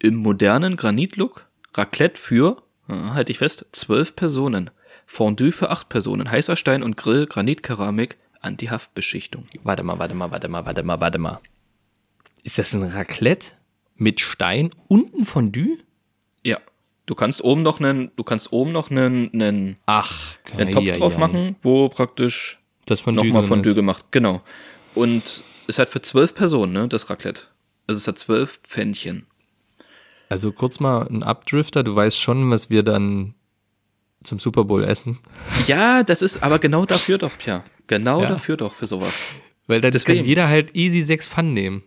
B: im modernen Granitlook. Raclette für, ah, halte ich fest, zwölf Personen. Fondue für acht Personen. Heißer Stein und Grill, Granitkeramik, Antihaftbeschichtung.
A: Warte mal, warte mal, warte mal, warte mal, warte mal. Ist das ein Raclette mit Stein und ein Fondue?
B: Ja, Du kannst oben noch einen, du kannst oben noch einen, einen,
A: Ach,
B: einen Topf
A: ei, ei,
B: drauf
A: ei.
B: machen, wo praktisch
A: Das von
B: nochmal Fondue
A: Dügel.
B: gemacht. Genau. Und es hat für zwölf Personen, ne, das Raclette. Also es hat zwölf Pfännchen.
A: Also kurz mal ein Abdrifter, du weißt schon, was wir dann zum Super Bowl essen.
B: Ja, das ist aber genau dafür doch, Pia. Genau
A: Ja.
B: dafür doch, für sowas.
A: Weil dann
B: Deswegen.
A: kann jeder halt easy sechs Pfannen nehmen.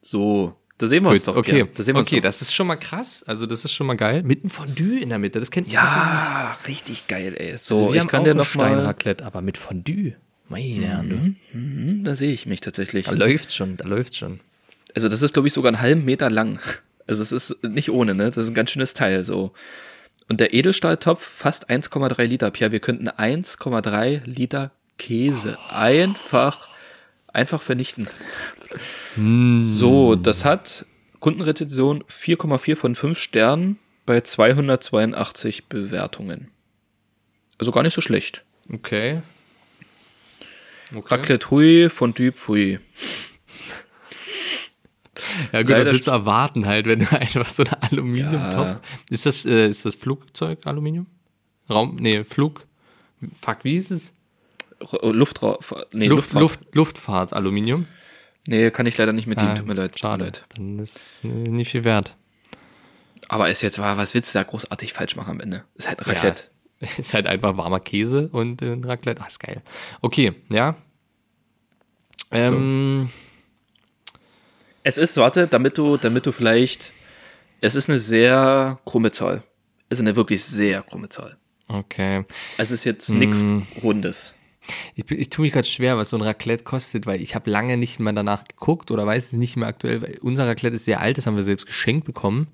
B: So. Da sehen wir uns Oh, doch,
A: okay.
B: Pia. Da sehen wir
A: okay,
B: uns doch.
A: das ist schon mal krass. Also das ist schon mal geil. Mit einem Fondue in der Mitte, das kennt ich
B: Ja, Ah, richtig geil, ey. So,
A: Also wir
B: ich
A: haben
B: kann
A: auch
B: dir
A: ein
B: noch mal, Mhm.
A: Steinraclette, aber mit Fondue. Meine Herren,
B: Hm, da sehe ich mich tatsächlich.
A: da läuft's schon, da läuft's schon.
B: Also das ist, glaube ich, sogar einen halben Meter lang. Also es ist nicht ohne, ne? Das ist ein ganz schönes Teil so. Und der Edelstahltopf fast 1,3 Liter. Pia, wir könnten 1,3 Liter Käse einfach, einfach vernichten.
A: Hm.
B: So, das hat Kundenrezension 4,4 von 5 Sternen bei 282 Bewertungen. Also gar nicht so schlecht.
A: Okay. okay.
B: Raclette hui, Fondue pfui.
A: Ja gut, das
B: Leider
A: willst du erwarten halt, wenn du einfach so eine Aluminiumtopf.
B: Ja.
A: Ist das äh, ist das Flugzeug Aluminium? Raum nee, Flug Fuck, wie ist es?
B: R- Luftra nee,
A: Luft,
B: Luftfahrt.
A: Luft, Luftfahrt Aluminium. Ah,
B: Nee, kann ich leider nicht mitdienen, tut mir leid.
A: Schade.
B: Tut mir leid.
A: Dann ist äh, nicht viel wert.
B: Aber ist jetzt wahr, was willst du da großartig falsch machen am Ende? Ist halt Raclette.
A: Ja. Ist halt einfach warmer Käse und äh, ein Raclette. Ach, ist geil. Okay, ja. Ähm,
B: Es ist, warte, damit du, damit du vielleicht, es ist eine sehr krumme Zahl. Es ist eine wirklich sehr krumme Zahl.
A: Okay.
B: Es ist jetzt nix Rundes.
A: Ich, bin- ich tue mich gerade schwer, was so ein Raclette kostet, weil ich habe lange nicht mehr danach geguckt oder weiß es nicht mehr aktuell. Weil unser Raclette ist sehr alt, das haben wir selbst geschenkt bekommen.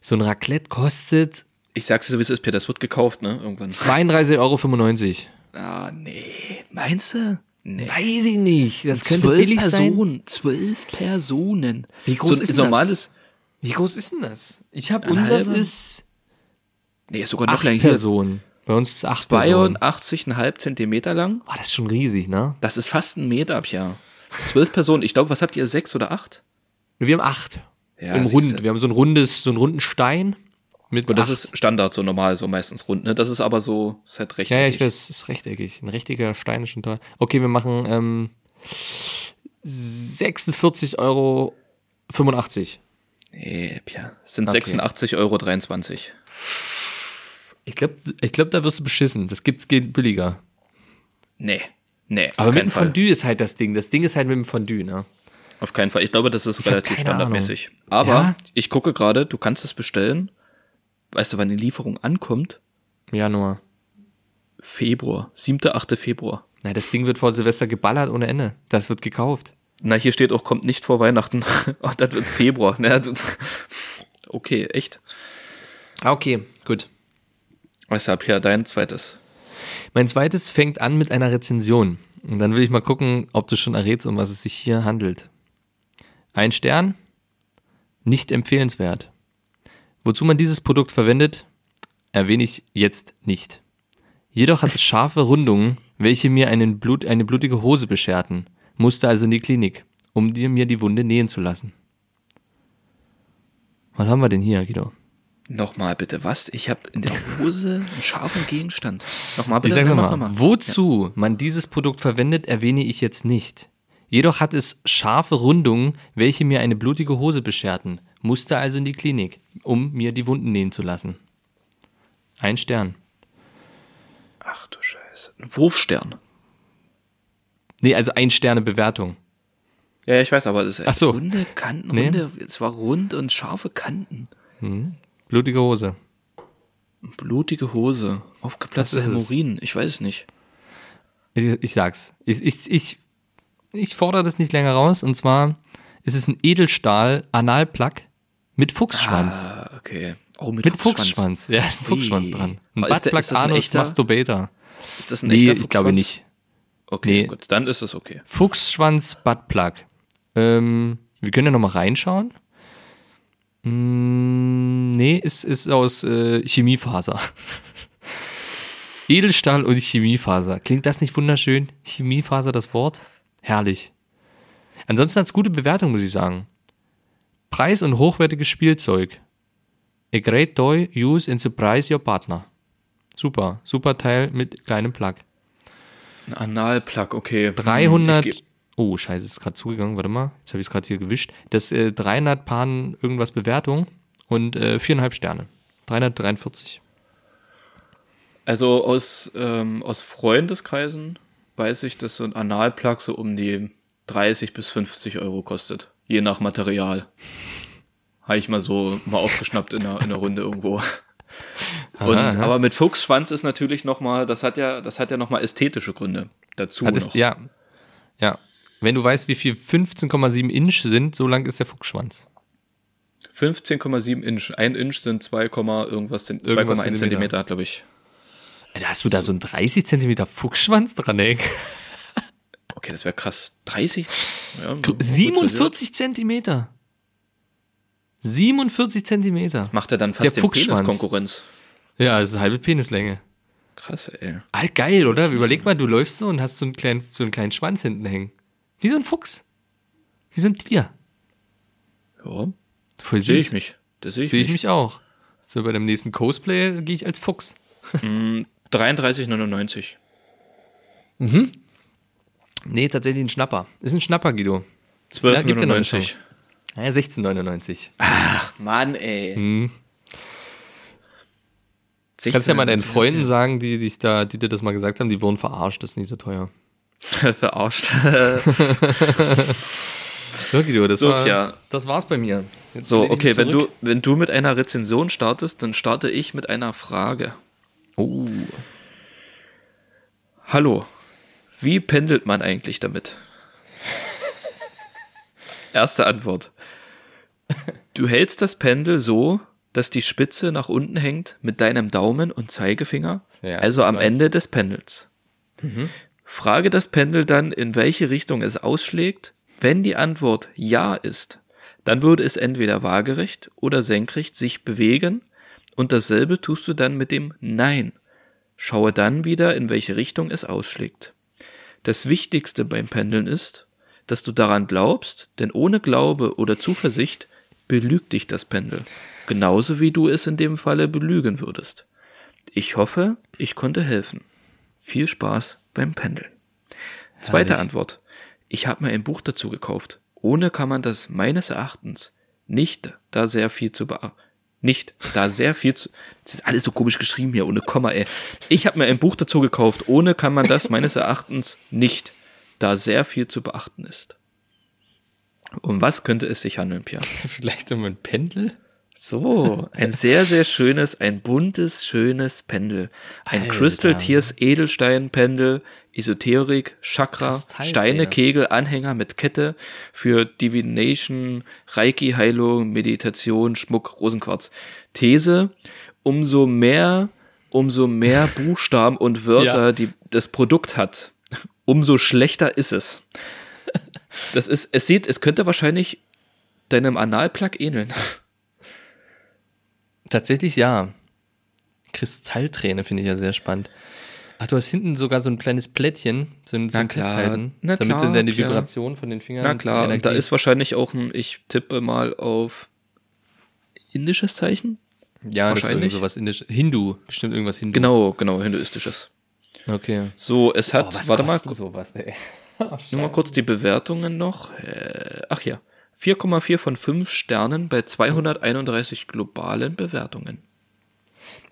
A: So ein Raclette kostet
B: Ich sag's dir so, wie es ist, Peter, das wird gekauft, ne, irgendwann.
A: 32,95 Euro.
B: Ah, nee. Meinst du? Nee.
A: Weiß ich nicht. Das
B: Personen. Zwölf Personen.
A: Wie groß
B: so ein
A: ist denn
B: normales?
A: Wie groß ist denn das? Ich habe
B: Eine
A: unseres
B: halbe?
A: ist
B: Nee, ist sogar noch
A: acht
B: länger. Hier,
A: Personen. Bei uns ist acht Personen.
B: 82,5 Zentimeter lang.
A: War das ist schon riesig, ne?
B: Das ist fast ein Meter ab, ja. Zwölf Personen. Ich glaube, was habt ihr? Sechs oder acht?
A: Wir haben acht.
B: Ja,
A: Im
B: siehste.
A: Rund. Wir haben so ein rundes, so einen runden Stein mit
B: Und das
A: acht.
B: ist Standard, so normal, so meistens rund, ne? Das ist aber so, ist halt recht.
A: Ja, ja, ich weiß, es ist rechteckig. Ein richtiger Stein ist schon toll. Okay, wir machen ähm, 46,85 Euro.
B: Nee, Pia. Es sind
A: Okay.
B: 86,23 Euro.
A: Ich glaube, ich glaub, da wirst du beschissen. Das gibt's geht billiger.
B: Nee. Nee,
A: Aber
B: auf
A: mit
B: keinen
A: dem
B: Fall.
A: Fondue ist halt das Ding. Das Ding ist halt mit dem Fondue, ne?
B: Auf keinen Fall. Ich glaube, das ist
A: hab
B: relativ
A: keine
B: standardmäßig. Aber
A: Ja?
B: ich gucke gerade, du kannst es bestellen. Weißt du, wann die Lieferung ankommt?
A: Im Januar.
B: Februar. 7., 8. Februar.
A: Na, das Ding wird vor Silvester geballert ohne Ende. Das wird gekauft.
B: Na, hier steht auch, kommt nicht vor Weihnachten. Ach, das wird Februar. Na, du- okay, echt.
A: Ah, okay, gut.
B: Weißt du, Pia, dein zweites.
A: Mein zweites fängt an mit einer Rezension. Und dann will ich mal gucken, ob du schon errätst, um was es sich hier handelt. Ein Stern, nicht empfehlenswert. Wozu man dieses Produkt verwendet, erwähne ich jetzt nicht. Jedoch hat es scharfe Rundungen, welche mir einen Blut, eine blutige Hose bescherten, musste also in die Klinik, um dir mir die Wunde nähen zu lassen. Was haben wir denn hier, Guido?
B: Nochmal bitte, was? Ich habe in der Hose einen scharfen Gegenstand. Nochmal
A: Ich
B: bitte.
A: sage
B: mach
A: mal,
B: nochmal.
A: wozu man dieses Produkt verwendet, erwähne ich jetzt nicht. Jedoch hat es scharfe Rundungen, welche mir eine blutige Hose bescherten, musste also in die Klinik, um mir die Wunden nähen zu lassen. Ein Stern.
B: Ach du Scheiße. Ein Wurfstern.
A: Nee, also ein Sterne Bewertung.
B: Ja, ja, ich weiß, aber das ist
A: Ach so.
B: runde Kanten,
A: Nee.
B: runde, es war rund und scharfe Kanten.
A: Blutige Hose.
B: Blutige Hose, aufgeplatzte
A: Das ist es.
B: Hämorrhoiden, ich weiß es nicht.
A: Ich, ich sag's. Ich, ich, ich, ich fordere das nicht länger raus. Und zwar ist es ein Edelstahl-Analplug mit Fuchsschwanz.
B: Ah, okay. Oh, mit,
A: mit
B: Fuchsschwanz.
A: Fuchsschwanz. Ja, ist ein Fuchsschwanz
B: Ui.
A: dran. Ein
B: Aber ist der-
A: Buttplug
B: ist das ein
A: Anus
B: echter?
A: Masturbator.
B: Ist das ein
A: Nee,
B: echter
A: ich glaube
B: Fuchsschwanz?
A: nicht.
B: Okay,
A: Nee.
B: gut, dann ist es okay.
A: Fuchsschwanz Buttplug. Ähm, wir können ja nochmal reinschauen. Mm, nee, es ist aus äh, Chemiefaser. Edelstahl und Chemiefaser. Klingt das nicht wunderschön? Chemiefaser, das Wort? Herrlich. Ansonsten hat es gute Bewertung, muss ich sagen. Preis und hochwertiges Spielzeug. A great toy, use and surprise your partner. Super, super Teil mit kleinem Plug.
B: Ein Analplug, okay. Hm, ich
A: 300.
B: geb-
A: Oh, scheiße, ist gerade zugegangen. Warte mal, jetzt habe ich es gerade hier gewischt. Das äh, 300 Paaren irgendwas Bewertung und äh, viereinhalb Sterne. 343.
B: Also aus, ähm, aus Freundeskreisen weiß ich, dass so ein Analplug so um die 30 bis 50 Euro kostet. Je nach Material. Habe ich mal so mal aufgeschnappt in einer, in einer Runde irgendwo. Und,
A: Aha.
B: aber mit Fuchsschwanz ist natürlich nochmal, das hat ja, das hat ja nochmal ästhetische Gründe dazu.
A: Hat es,
B: noch.
A: ja, ja. Wenn du weißt, wie viel 15,7 Inch sind, so lang ist der Fuchsschwanz.
B: 15,7 Inch. Ein Inch sind 2, irgendwas, Zent-
A: Irgendwas
B: 2,1
A: Zentimeter,
B: Zentimeter, glaube ich.
A: Alter, hast du da so einen 30 Zentimeter Fuchsschwanz dran, ey?
B: Okay, das wäre krass. 30? Ja, gut, so-
A: 47 Zentimeter. 47 Zentimeter.
B: Macht er dann
A: Der
B: fast den
A: Fuchsschwanz.
B: Penis Konkurrenz.
A: Ja, das ist halbe Penislänge.
B: Krass, ey.
A: Ah, geil, oder? Überleg mal, du läufst so und hast so einen kleinen, so einen kleinen Schwanz hinten hängen. Wie so ein Fuchs. Wie so ein Tier.
B: Ja,
A: Voll
B: sehe ich
A: süß.
B: mich. Das sehe ich,
A: Sehe ich
B: mich.
A: mich auch. So, bei dem nächsten Cosplay gehe ich als Fuchs.
B: 33,99.
A: Nee, tatsächlich ein Schnapper. Ist ein Schnapper, Guido. Ja, gibt ja noch eine
B: 12,99.
A: Naja, 16,99.
B: Mann, ey. Hm.
A: Kannst ja mal deinen Freunden sagen, die dich da, die dir das mal gesagt haben, die wurden verarscht, das ist nicht so teuer.
B: Verarscht.
A: So, Guido, das,
B: So,
A: war,
B: ja.
A: das war's bei mir. Jetzt
B: So,
A: lehn dich
B: okay, wenn du,
A: zurück.
B: wenn du mit einer Rezension startest, dann starte ich mit einer Frage.
A: Oh.
B: Hallo, wie pendelt man eigentlich damit? Erste Antwort. Du hältst das Pendel so, dass die Spitze nach unten hängt mit deinem Daumen und Zeigefinger,
A: Ja,
B: also am
A: ich weiß. Mhm.
B: Ende des Pendels. Frage das Pendel dann, in welche Richtung es ausschlägt. Wenn die Antwort Ja ist, dann würde es entweder waagerecht oder senkrecht sich bewegen und dasselbe tust du dann mit dem Nein. Schaue dann wieder, in welche Richtung es ausschlägt. Das Wichtigste beim Pendeln ist, dass du daran glaubst, denn ohne Glaube oder Zuversicht belügt dich das Pendel. Genauso wie du es in dem Falle belügen würdest. Ich hoffe, ich konnte helfen. Viel Spaß beim Pendeln. Zweite
A: Herrlich.
B: Antwort. Ich habe mir ein Buch dazu gekauft. Ohne kann man das meines Erachtens nicht da sehr viel zu bea nicht da sehr viel zu das ist alles so komisch geschrieben hier ohne Komma ey. Ich habe mir ein Buch dazu gekauft. Ohne kann man das meines Erachtens nicht da sehr viel zu beachten ist. Um was könnte es sich handeln, Pia?
A: Vielleicht um ein Pendel?
B: So, ein sehr, sehr schönes, ein buntes, schönes Pendel. Ein Crystal Tears Edelstein Pendel, Esoterik, Chakra,
A: Kristallträger.
B: Steine, Kegel, Anhänger mit Kette für Divination, Reiki, Heilung, Meditation, Schmuck, Rosenquarz. These, umso mehr, umso mehr Buchstaben und Wörter,
A: Ja.
B: die das Produkt hat, umso schlechter ist es. Das ist, es sieht, es könnte wahrscheinlich deinem Analplug ähneln.
A: Tatsächlich ja. Kristallträne finde ich ja sehr spannend. Ach, du hast hinten sogar so ein kleines Plättchen, so ein, so
B: Na
A: ein
B: klar.
A: Festhalten,
B: Na
A: damit
B: klar,
A: du dann die
B: klar.
A: Vibration von den Fingern
B: Na
A: und
B: klar,
A: die
B: und da
A: Energie-
B: ist wahrscheinlich auch ein, ich tippe mal auf indisches Zeichen.
A: ja, wahrscheinlich
B: wahrscheinlich-
A: sowas indisch, Hindu, bestimmt irgendwas Hindu.
B: Genau, genau, hinduistisches.
A: Okay.
B: So, es hat, warte mal,
A: kostet sowas, ey?
B: nur mal kurz die Bewertungen noch. Äh, ach ja, 4,4 von 5 Sternen bei 231 globalen Bewertungen.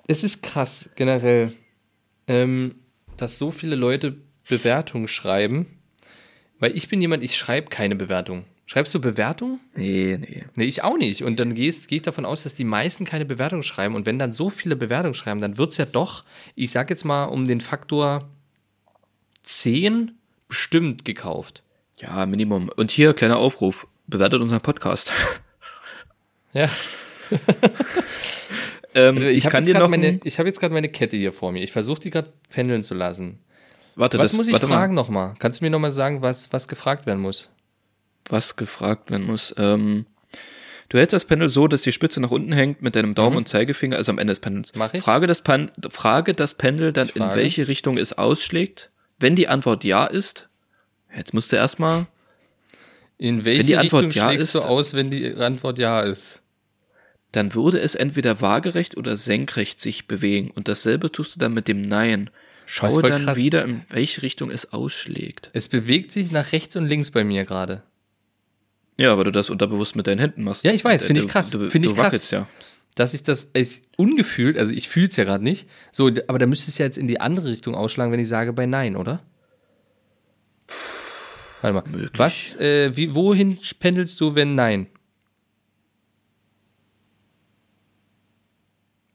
A: Es ist krass generell, ähm, dass so viele Leute Bewertungen schreiben, weil ich bin jemand, ich schreibe keine Bewertung. Schreibst du Bewertung?
B: Nee, nee.
A: Nee, ich auch nicht. Und dann gehe geh ich davon aus, dass die meisten keine Bewertung schreiben. Und wenn dann so viele Bewertungen schreiben, dann wird's ja doch, ich sag jetzt mal, um den Faktor 10 bestimmt gekauft.
B: Ja, Minimum. Und hier, kleiner Aufruf, bewertet unseren Podcast.
A: Ja,
B: ähm,
A: ich,
B: ich
A: habe
B: kann
A: jetzt
B: dir
A: gerade
B: noch,
A: meine,
B: ein-
A: ich hab jetzt grad meine Kette hier vor mir. Ich versuche die gerade pendeln zu lassen.
B: warte,
A: Was
B: das,
A: muss ich
B: warte
A: fragen
B: Mal,
A: nochmal? Kannst du mir nochmal sagen, was, was gefragt werden muss?
B: was gefragt werden muss. Ähm, Du hältst das Pendel so, dass die Spitze nach unten hängt mit deinem Daumen und Zeigefinger, also am Ende des Pendels.
A: Mhm. Mach ich.
B: Frage das, Pan frage das Pendel dann, in
A: frage.
B: welche Richtung es ausschlägt. Wenn die Antwort ja ist, jetzt musst du erstmal,
A: In welche
B: die Antwort
A: Richtung
B: ja
A: schlägst
B: ist,
A: du aus, wenn die Antwort ja ist?
B: dann würde es entweder waagerecht oder senkrecht sich bewegen. Und dasselbe tust du dann mit dem Nein.
A: Das ist
B: Schau
A: voll
B: dann
A: krass.
B: wieder, in welche Richtung es ausschlägt.
A: Es bewegt sich nach rechts und links bei mir gerade.
B: Ja, weil du das unterbewusst mit deinen Händen machst.
A: Ja, ich weiß,
B: Äh,
A: finde ich
B: du-
A: krass,
B: Du,
A: finde
B: du
A: ich krass.
B: wackelst ja.
A: Dass ich das ich, ungefühlt, also ich fühle es ja gerade nicht, so, d- aber da müsste es ja jetzt in die andere Richtung ausschlagen, wenn ich sage bei Nein, oder? Warte mal.
B: Möglich.
A: Was, äh, wie, wohin pendelst du, wenn Nein?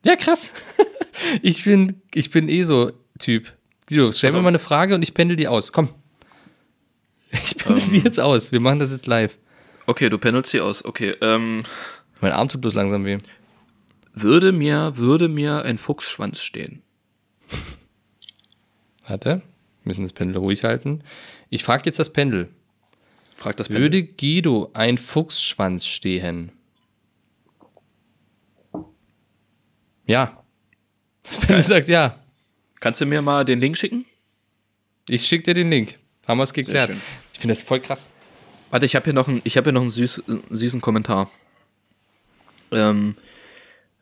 A: Ja, krass. ich, bin, ich bin eh so Typ. Guido, stell
B: Pass
A: mir
B: auf.
A: mal eine Frage und ich pendel die aus. Komm. Ich pendel die jetzt aus. Wir machen das jetzt live.
B: Okay, du pendelst sie aus. Okay, ähm,
A: Mein Arm tut bloß langsam weh.
B: würde mir, würde mir ein Fuchsschwanz stehen.
A: Warte, müssen das Pendel ruhig halten. Ich frage jetzt das Pendel.
B: Frag das Pendel.
A: Würde Guido ein Fuchsschwanz stehen? Ja. Das Pendel sagt ja.
B: Kannst du mir mal den Link schicken?
A: Ich schicke dir den Link. Haben wir es geklärt.
B: schön.
A: Ich finde das voll krass.
B: Warte, ich habe hier noch einen, ich habe hier noch einen, süß, einen süßen Kommentar. Ähm,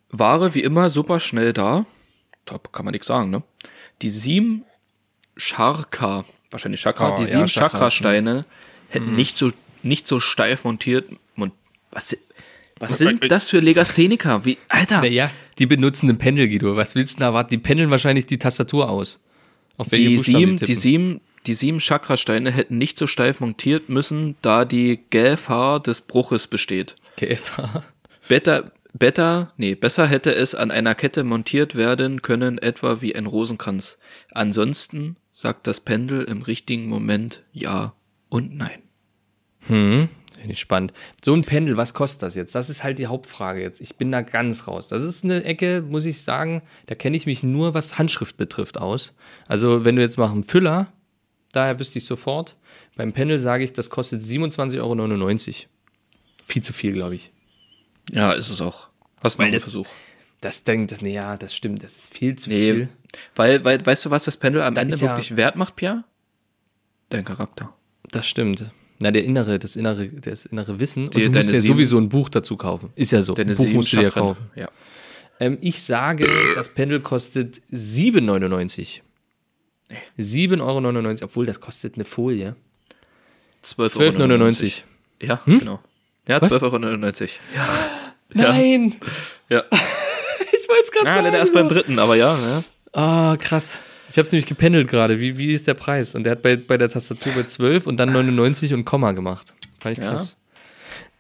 B: Ware wie immer super schnell da. Top, kann man nichts sagen, ne? Die sieben Scharka, wahrscheinlich Chakra,
A: Oh,
B: die
A: ja,
B: sieben
A: Chakra,
B: Chakra-Steine hätten nicht so nicht so steif montiert. Mon was, was sind das für Legastheniker? Wie, Alter,
A: Naja, die benutzen den Pendel, Guido. Was willst du denn erwarten? Die pendeln wahrscheinlich die Tastatur aus. Auf welche
B: die
A: Buchstaben
B: sieben,
A: sie
B: die
A: tippen.
B: sieben, die sieben Chakra-Steine hätten nicht so steif montiert müssen, da die Gefahr des Bruches besteht.
A: GFH.
B: Better, better, nee, besser hätte es an einer Kette montiert werden können, etwa wie ein Rosenkranz. Ansonsten sagt das Pendel im richtigen Moment Ja und Nein.
A: Finde ich spannend. So ein Pendel, was kostet das jetzt? Das ist halt die Hauptfrage jetzt. Ich bin da ganz raus. Das ist eine Ecke, muss ich sagen, da kenne ich mich nur, was Handschrift betrifft, aus. Also, wenn du jetzt mal einen Füller, daher wüsste ich sofort, beim Pendel sage ich, das kostet 27,99 Euro. Viel zu viel, glaube ich.
B: Ja, ist es auch. Hast du
A: Weil
B: einen
A: das-
B: Versuch?
A: Das denkt, das, nee, ja, das stimmt, das ist viel zu
B: Nee,
A: viel.
B: weil, weil, weißt du, was das Pendel am
A: Dann
B: Ende
A: ist ja-
B: wirklich wert macht, Pierre? Dein Charakter.
A: Das stimmt. Na, der innere, das innere, das innere Wissen. Und
B: Die-
A: du musst
B: deine
A: ja
B: sieben-
A: sowieso ein Buch dazu kaufen. Ist ja so. Ein
B: Deine
A: Buch
B: sieben
A: musst du dir ja
B: Chakren.
A: kaufen.
B: Ja.
A: Ähm, ich sage, das Pendel kostet 7,99. 7,99 Euro, obwohl das kostet eine Folie. 12,99
B: 12,99. Ja, genau. Ja,
A: Was?
B: 12,99 Euro. Ja,
A: Nein!
B: ja.
A: Ich wollte es gerade
B: ja leider erst beim dritten, aber ja, ja.
A: Ah, krass. Ich habe es nämlich gependelt gerade. Wie, wie ist der Preis? Und der hat bei, bei der Tastatur bei 12 und dann 99 und Komma gemacht. Fand ich
B: Ja.
A: krass.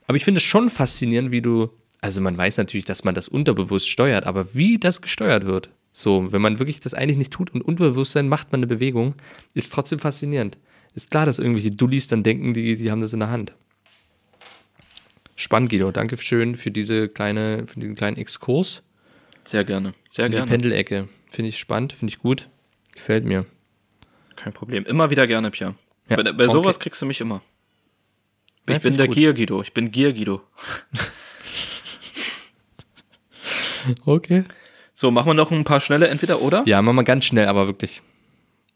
A: Aber ich finde es schon faszinierend, wie du. Also, man weiß natürlich, dass man das unterbewusst steuert, aber wie das gesteuert wird. So, wenn man wirklich das eigentlich nicht tut und Unterbewusstsein macht man eine Bewegung, ist trotzdem faszinierend. Ist klar, dass irgendwelche Dullis dann denken, die, die haben das in der Hand. Spannend, Guido. Danke schön für diese kleine, für den kleinen Exkurs.
B: Sehr gerne. Sehr
A: In die
B: gerne.
A: Pendelecke. Finde ich spannend, finde ich gut. Gefällt mir.
B: Kein Problem. Immer wieder gerne, Pia.
A: Ja,
B: bei bei
A: okay.
B: sowas kriegst du mich immer.
A: Ja,
B: ich bin
A: find ich
B: der
A: gut.
B: Gier Guido. Ich bin Gier Guido.
A: Okay.
B: So, machen wir noch ein paar schnelle entweder oder?
A: Ja, mach mal ganz schnell, aber wirklich.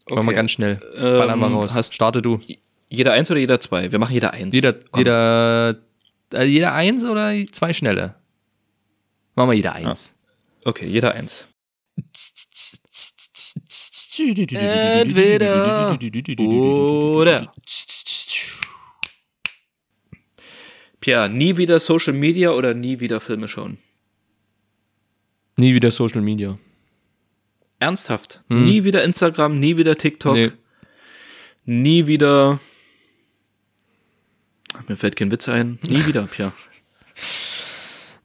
A: Mach mal ganz schnell. Ballern wir
B: Ähm,
A: raus. Starte du.
B: Jeder eins oder jeder zwei? Wir machen jeder eins.
A: Jeder,
B: Komm.
A: jeder, äh, jeder eins oder zwei schnelle? Mach mal jeder eins.
B: Okay, jeder eins.
D: Entweder oder.
B: Pia, nie wieder Social Media oder nie wieder Filme schauen?
A: Nie wieder Social Media.
B: Ernsthaft? Nie wieder Instagram, nie wieder TikTok,
A: Nee.
B: nie wieder. Ach, mir fällt kein Witz ein. Nie wieder, Pia.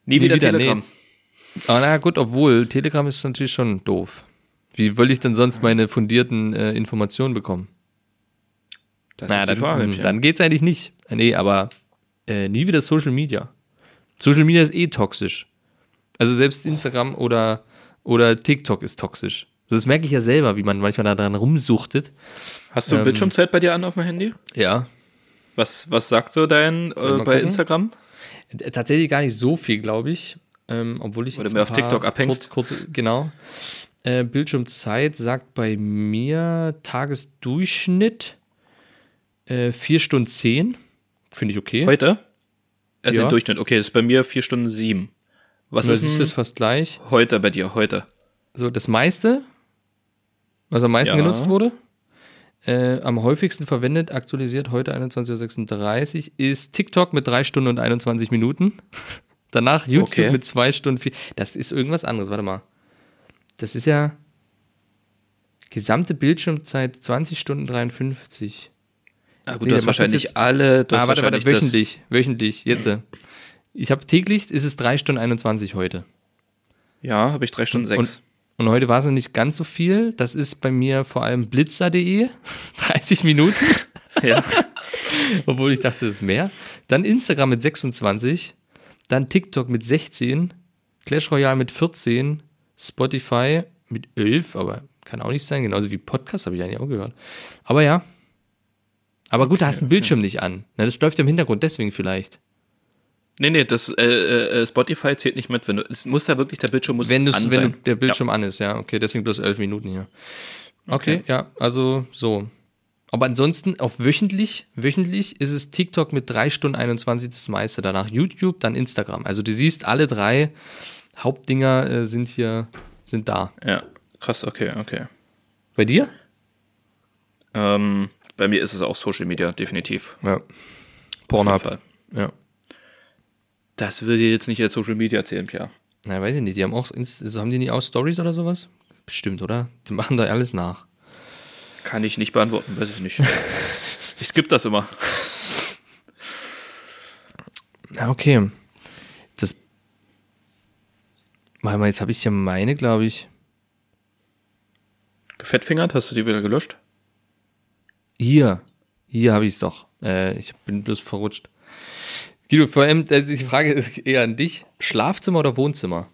B: Nie,
A: Nie
B: wieder,
A: wieder, nee.
B: Telegram.
A: Aber na gut, obwohl, Telegram ist natürlich schon doof. Wie will ich denn sonst meine fundierten äh, Informationen bekommen?
B: Das
A: Na,
B: ist die
A: dann,
B: Frage,
A: mh,
B: Pia.
A: dann geht's eigentlich nicht. Nee, aber äh, nie wieder Social Media. Social Media ist eh toxisch. Also selbst Instagram oder, oder TikTok ist toxisch. Also Das merke ich ja selber, wie man manchmal daran rumsuchtet.
B: Hast du
A: Ähm,
B: Bildschirmzeit bei dir an auf dem Handy?
A: Ja.
B: Was, was sagt so dein
A: ich
B: äh,
A: mal
B: bei
A: gucken?
B: Instagram?
A: Äh, Tatsächlich gar nicht so viel, glaube ich. Ähm, obwohl ich
B: Weil
A: jetzt
B: du mehr
A: ein
B: auf TikTok abhängst.
A: Kurz, kurz, genau. Äh, Bildschirmzeit sagt bei mir Tagesdurchschnitt äh, 4 Stunden 10. Finde ich okay.
B: Heute? Also
A: Ja.
B: im Durchschnitt. Okay, das ist bei mir vier Stunden sieben. Was
A: du
B: ist
A: siehst es
B: denn
A: fast gleich.
B: heute bei dir? Heute.
A: So, das meiste, was am meisten
B: Ja.
A: genutzt wurde, äh, am häufigsten verwendet, aktualisiert heute 21.36 Uhr, ist TikTok mit 3 Stunden und 21 Minuten. Danach YouTube
B: Okay.
A: mit 2 Stunden 4. Das ist irgendwas anderes, warte mal. Das ist ja gesamte Bildschirmzeit 20 Stunden 53.
B: Na
A: Nee,
B: gut, du
A: der
B: hast
A: macht das
B: wahrscheinlich
A: jetzt-
B: alle. Du
A: ah,
B: hast
A: warte, warte,
B: wahrscheinlich das-
A: wöchentlich, wöchentlich, jetzt. äh. Ich habe täglich, ist es 3 Stunden 21 heute.
B: Ja, habe ich drei Stunden sechs.
A: Und heute war es noch nicht ganz so viel. Das ist bei mir vor allem blitzer.de, 30 Minuten,
B: ja.
A: obwohl ich dachte, es ist mehr. Dann Instagram mit 26, dann TikTok mit 16, Clash Royale mit 14, Spotify mit 11, aber kann auch nicht sein, genauso wie Podcast habe ich eigentlich auch gehört. Aber ja. Aber gut, da hast du den Bildschirm nicht an. Na, das läuft ja im Hintergrund, deswegen vielleicht.
B: Nee, nee, das äh, äh, Spotify zählt nicht mit. Wenn du, es muss da wirklich, der Bildschirm muss
A: Wenn, du's-
B: an
A: wenn
B: sein.
A: du- der Bildschirm an ist, ja, okay, deswegen bloß elf Minuten hier. Okay, ja, also so. Aber ansonsten auf wöchentlich, wöchentlich ist es TikTok mit 3 Stunden 21 das meiste, danach YouTube, dann Instagram. Also du siehst, alle drei Hauptdinger äh, sind hier, sind da.
B: Ja. ja, krass, okay, okay.
A: Bei dir?
B: Ähm, bei mir ist es auch Social Media, definitiv.
A: Ja.
B: Auf jeden
A: Pornhub.
B: Fall.
A: Ja.
B: Das würde jetzt nicht als Social Media zählen, Pia.
A: Na, weiß ich nicht, die haben auch, Inst- also haben die nicht auch Stories oder sowas? Bestimmt, oder? Die machen da alles nach.
B: Kann ich nicht beantworten, weiß ich nicht. ich skippe das immer.
A: Ja, okay. Das. Warte mal, jetzt habe ich ja meine, glaube ich.
B: Fettfingert, hast du die wieder gelöscht?
A: Hier. Hier habe ich es doch. Äh, ich bin bloß verrutscht. Guido, vor allem, äh, die Frage ist eher an dich. Schlafzimmer oder Wohnzimmer?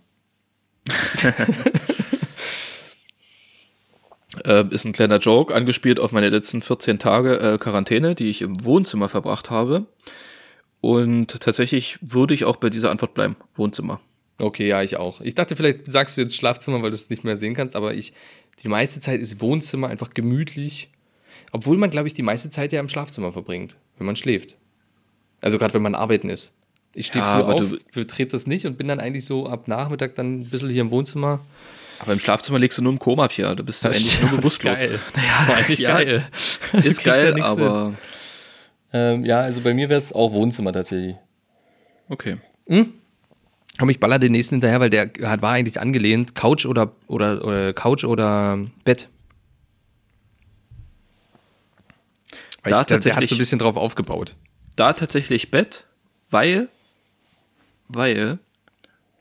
B: Äh, ist ein kleiner Joke, angespielt auf meine letzten 14 Tage äh, Quarantäne, die ich im Wohnzimmer verbracht habe. Und tatsächlich würde ich auch bei dieser Antwort bleiben. Wohnzimmer.
A: Okay, ja, ich auch. Ich dachte, vielleicht sagst du jetzt Schlafzimmer, weil du es nicht mehr sehen kannst, aber ich, die meiste Zeit ist Wohnzimmer einfach gemütlich. Obwohl man, glaube ich, die meiste Zeit ja im Schlafzimmer verbringt, wenn man schläft. Also gerade wenn man arbeiten ist. Ich stehe
B: Ja,
A: früh
B: aber
A: auf,
B: du-
A: betrete das nicht und bin dann eigentlich so ab Nachmittag dann ein bisschen hier im Wohnzimmer.
B: Aber im Schlafzimmer legst du nur im Koma, Pia. Da bist du eigentlich nur bewusstlos.
A: Geil. das war eigentlich
B: ja.
A: geil.
B: Ist
A: kriegst ja
B: geil,
A: nichts
B: aber
A: Ähm, ja, also bei mir wäre es auch Wohnzimmer tatsächlich.
B: okay.
A: Aber ich baller den nächsten hinterher, weil der hat, war eigentlich angelehnt, Couch oder, oder, oder Couch oder Bett. Weil
B: Da
A: ich, der, der hat
B: tatsächlich-
A: so ein bisschen drauf aufgebaut.
B: Da tatsächlich Bett, weil, weil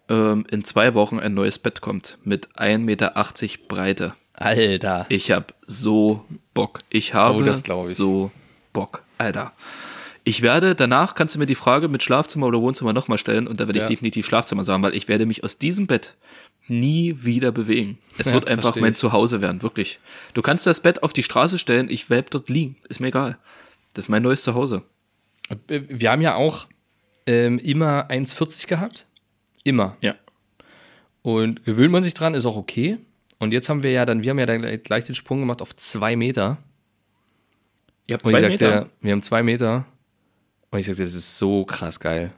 B: ähm, in zwei Wochen ein neues Bett kommt mit 1,80 Meter Breite.
A: Alter.
B: Ich habe so Bock. Ich habe
A: Oh, das glaub ich.
B: so Bock, Alter. Ich werde, danach kannst du mir die Frage mit Schlafzimmer oder Wohnzimmer nochmal stellen und da werde
A: Ja.
B: ich definitiv Schlafzimmer sagen, weil ich werde mich aus diesem Bett nie wieder bewegen. Es
A: Ja,
B: wird einfach
A: versteh
B: mein
A: ich.
B: Zuhause werden, wirklich. Du kannst das Bett auf die Straße stellen, ich werde dort liegen, ist mir egal. Das ist mein neues Zuhause.
A: Äh, Wir haben ja auch ähm, immer 1,40 gehabt. Immer.
B: Ja.
A: Und gewöhnt man sich dran, ist auch okay. Und jetzt haben wir ja dann, wir haben ja dann gleich- gleich den Sprung gemacht auf zwei Meter.
B: Ihr habt
A: Und
B: zwei
A: ich
B: Meter.
A: sagte, wir haben zwei Meter. Und ich sagte, das ist so krass geil.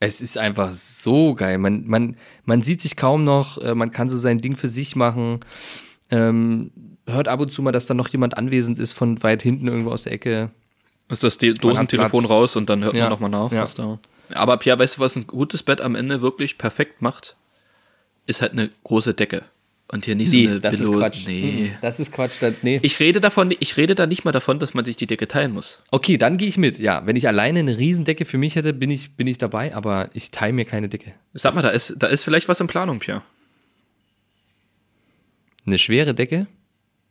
A: Es ist einfach so geil. Man, man, man sieht sich kaum noch, äh, man kann so sein Ding für sich machen. Ähm, hört ab und zu mal, dass da noch jemand anwesend ist von weit hinten irgendwo aus der Ecke.
B: Ist das die Dosentelefon
A: Platz.
B: raus und dann hört
A: Ja.
B: man nochmal nach.
A: Ja.
B: was da- Aber Pia, weißt du, was ein gutes Bett am Ende wirklich perfekt macht? Ist halt eine große Decke. Und hier nicht so eine Billo- Nee.
A: Hm, Das ist Quatsch. Da, nee.
B: Ich rede davon, ich rede da nicht mal davon, dass man sich die Decke teilen muss.
A: okay, dann gehe ich mit. Ja, wenn ich alleine eine Riesendecke für mich hätte, bin ich, bin ich dabei, aber ich teile mir keine Decke.
B: Sag mal, da ist, da ist vielleicht was in Planung, Pia.
A: Eine schwere Decke?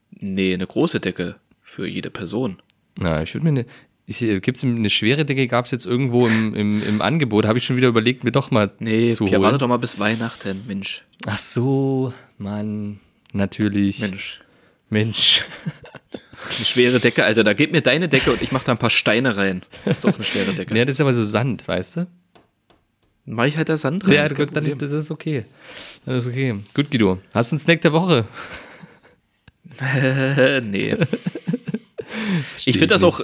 B: Nee, eine große Decke für jede Person.
A: Na, ich würde mir eine. Ich, äh, gibt's eine schwere Decke? Gab's jetzt irgendwo im, im, im Angebot? Habe ich schon wieder überlegt, mir doch mal
B: Nee,
A: zu
B: Pia,
A: holen.
B: warte doch mal bis Weihnachten, Mensch.
A: Ach so, Mann. Natürlich.
B: Mensch.
A: Mensch.
B: Eine schwere Decke, Alter, da gib mir deine Decke und ich mach da ein paar Steine rein. Das ist auch eine schwere Decke.
A: Ja, das ist aber so Sand, weißt du?
B: Mach ich halt da Sand rein.
A: ja,
B: ist kein
A: gut, dann,
B: Problem.
A: das ist okay. Das ist okay. Gut, Guido. Hast du einen Snack der Woche?
B: nee. Ich finde das
A: nicht.
B: auch.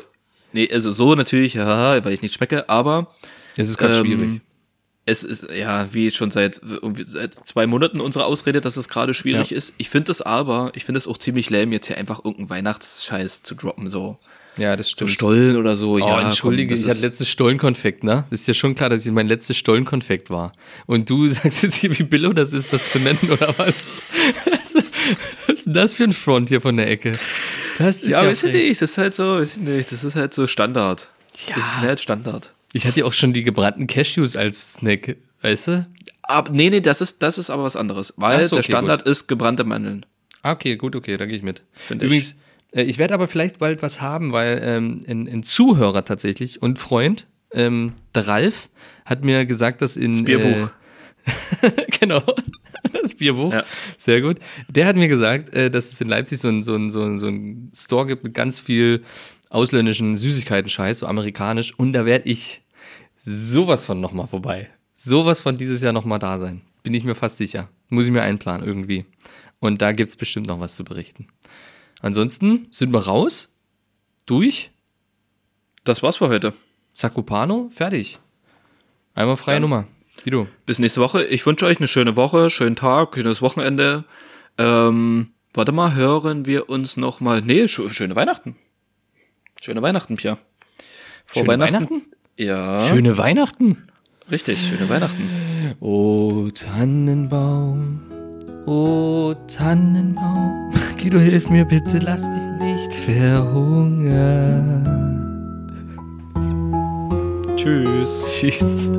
B: Nee, also so natürlich, haha, weil ich nicht schmecke, aber.
A: Es ist gerade
B: ähm,
A: schwierig.
B: es ist ja wie schon seit, irgendwie seit zwei Monaten unsere Ausrede, dass es gerade schwierig ist. Ich finde es aber, ich finde es auch ziemlich lame, jetzt hier einfach irgendeinen Weihnachtsscheiß zu droppen, so.
A: Ja, das
B: So
A: stimmt.
B: Stollen oder so.
A: Oh,
B: ja,
A: entschuldige,
B: komm,
A: ich
B: das
A: hatte
B: ist,
A: letztes Stollenkonfekt, ne? Das ist ja schon klar, dass es mein letztes Stollenkonfekt war. Und du sagst jetzt hier, wie Billo das ist, das zu nennen, oder was? Was ist denn das für ein Front hier von der Ecke? Das ist
B: ja,
A: ja,
B: weiß ich
A: frech.
B: nicht, das ist halt so, weiß ich nicht, das ist halt so Standard. Das ist halt Standard.
A: Ich hatte ja auch schon die gebrannten Cashews als Snack, weißt du?
B: Ab, nee, nee, das ist, das ist aber was anderes, weil
A: Ach so,
B: der
A: okay,
B: Standard ist gebrannte Mandeln.
A: Ah, okay, gut, okay, da gehe ich mit.
B: Find ich.
A: Übrigens, ich, äh, ich werde aber vielleicht bald was haben, weil ähm, ein, ein Zuhörer tatsächlich und Freund, ähm, der Ralf, hat mir gesagt, dass in.
B: Bierbuch.
A: Äh, genau. Das Bierbuch.
B: Ja.
A: Sehr gut. Der hat mir gesagt, äh, dass es in Leipzig so ein, so, ein, so, ein, so ein Store gibt mit ganz viel ausländischen Süßigkeiten-Scheiß, so amerikanisch. Und da werde ich sowas von nochmal vorbei. Sowas von dieses Jahr nochmal da sein. Bin ich mir fast sicher. Muss ich mir einplanen irgendwie. Und da gibt's bestimmt noch was zu berichten. Ansonsten sind wir raus. Durch.
B: Das war's für heute.
A: Sakupano. Fertig. Einmal freie
B: Dann-
A: Nummer. Guido.
B: Bis nächste Woche. Ich wünsche euch eine schöne Woche, schönen Tag, schönes Wochenende. Ähm, warte mal, hören wir uns noch mal. Nee, sch schöne Weihnachten. Schöne Weihnachten, Pia. Vor
A: Schöne Weihnachten?
B: Ja,
A: Schöne Weihnachten.
B: richtig, schöne Weihnachten.
A: Oh, Tannenbaum. Oh, Tannenbaum. Guido, hilf mir bitte. Lass mich nicht verhungern.
B: Tschüss.
A: Tschüss.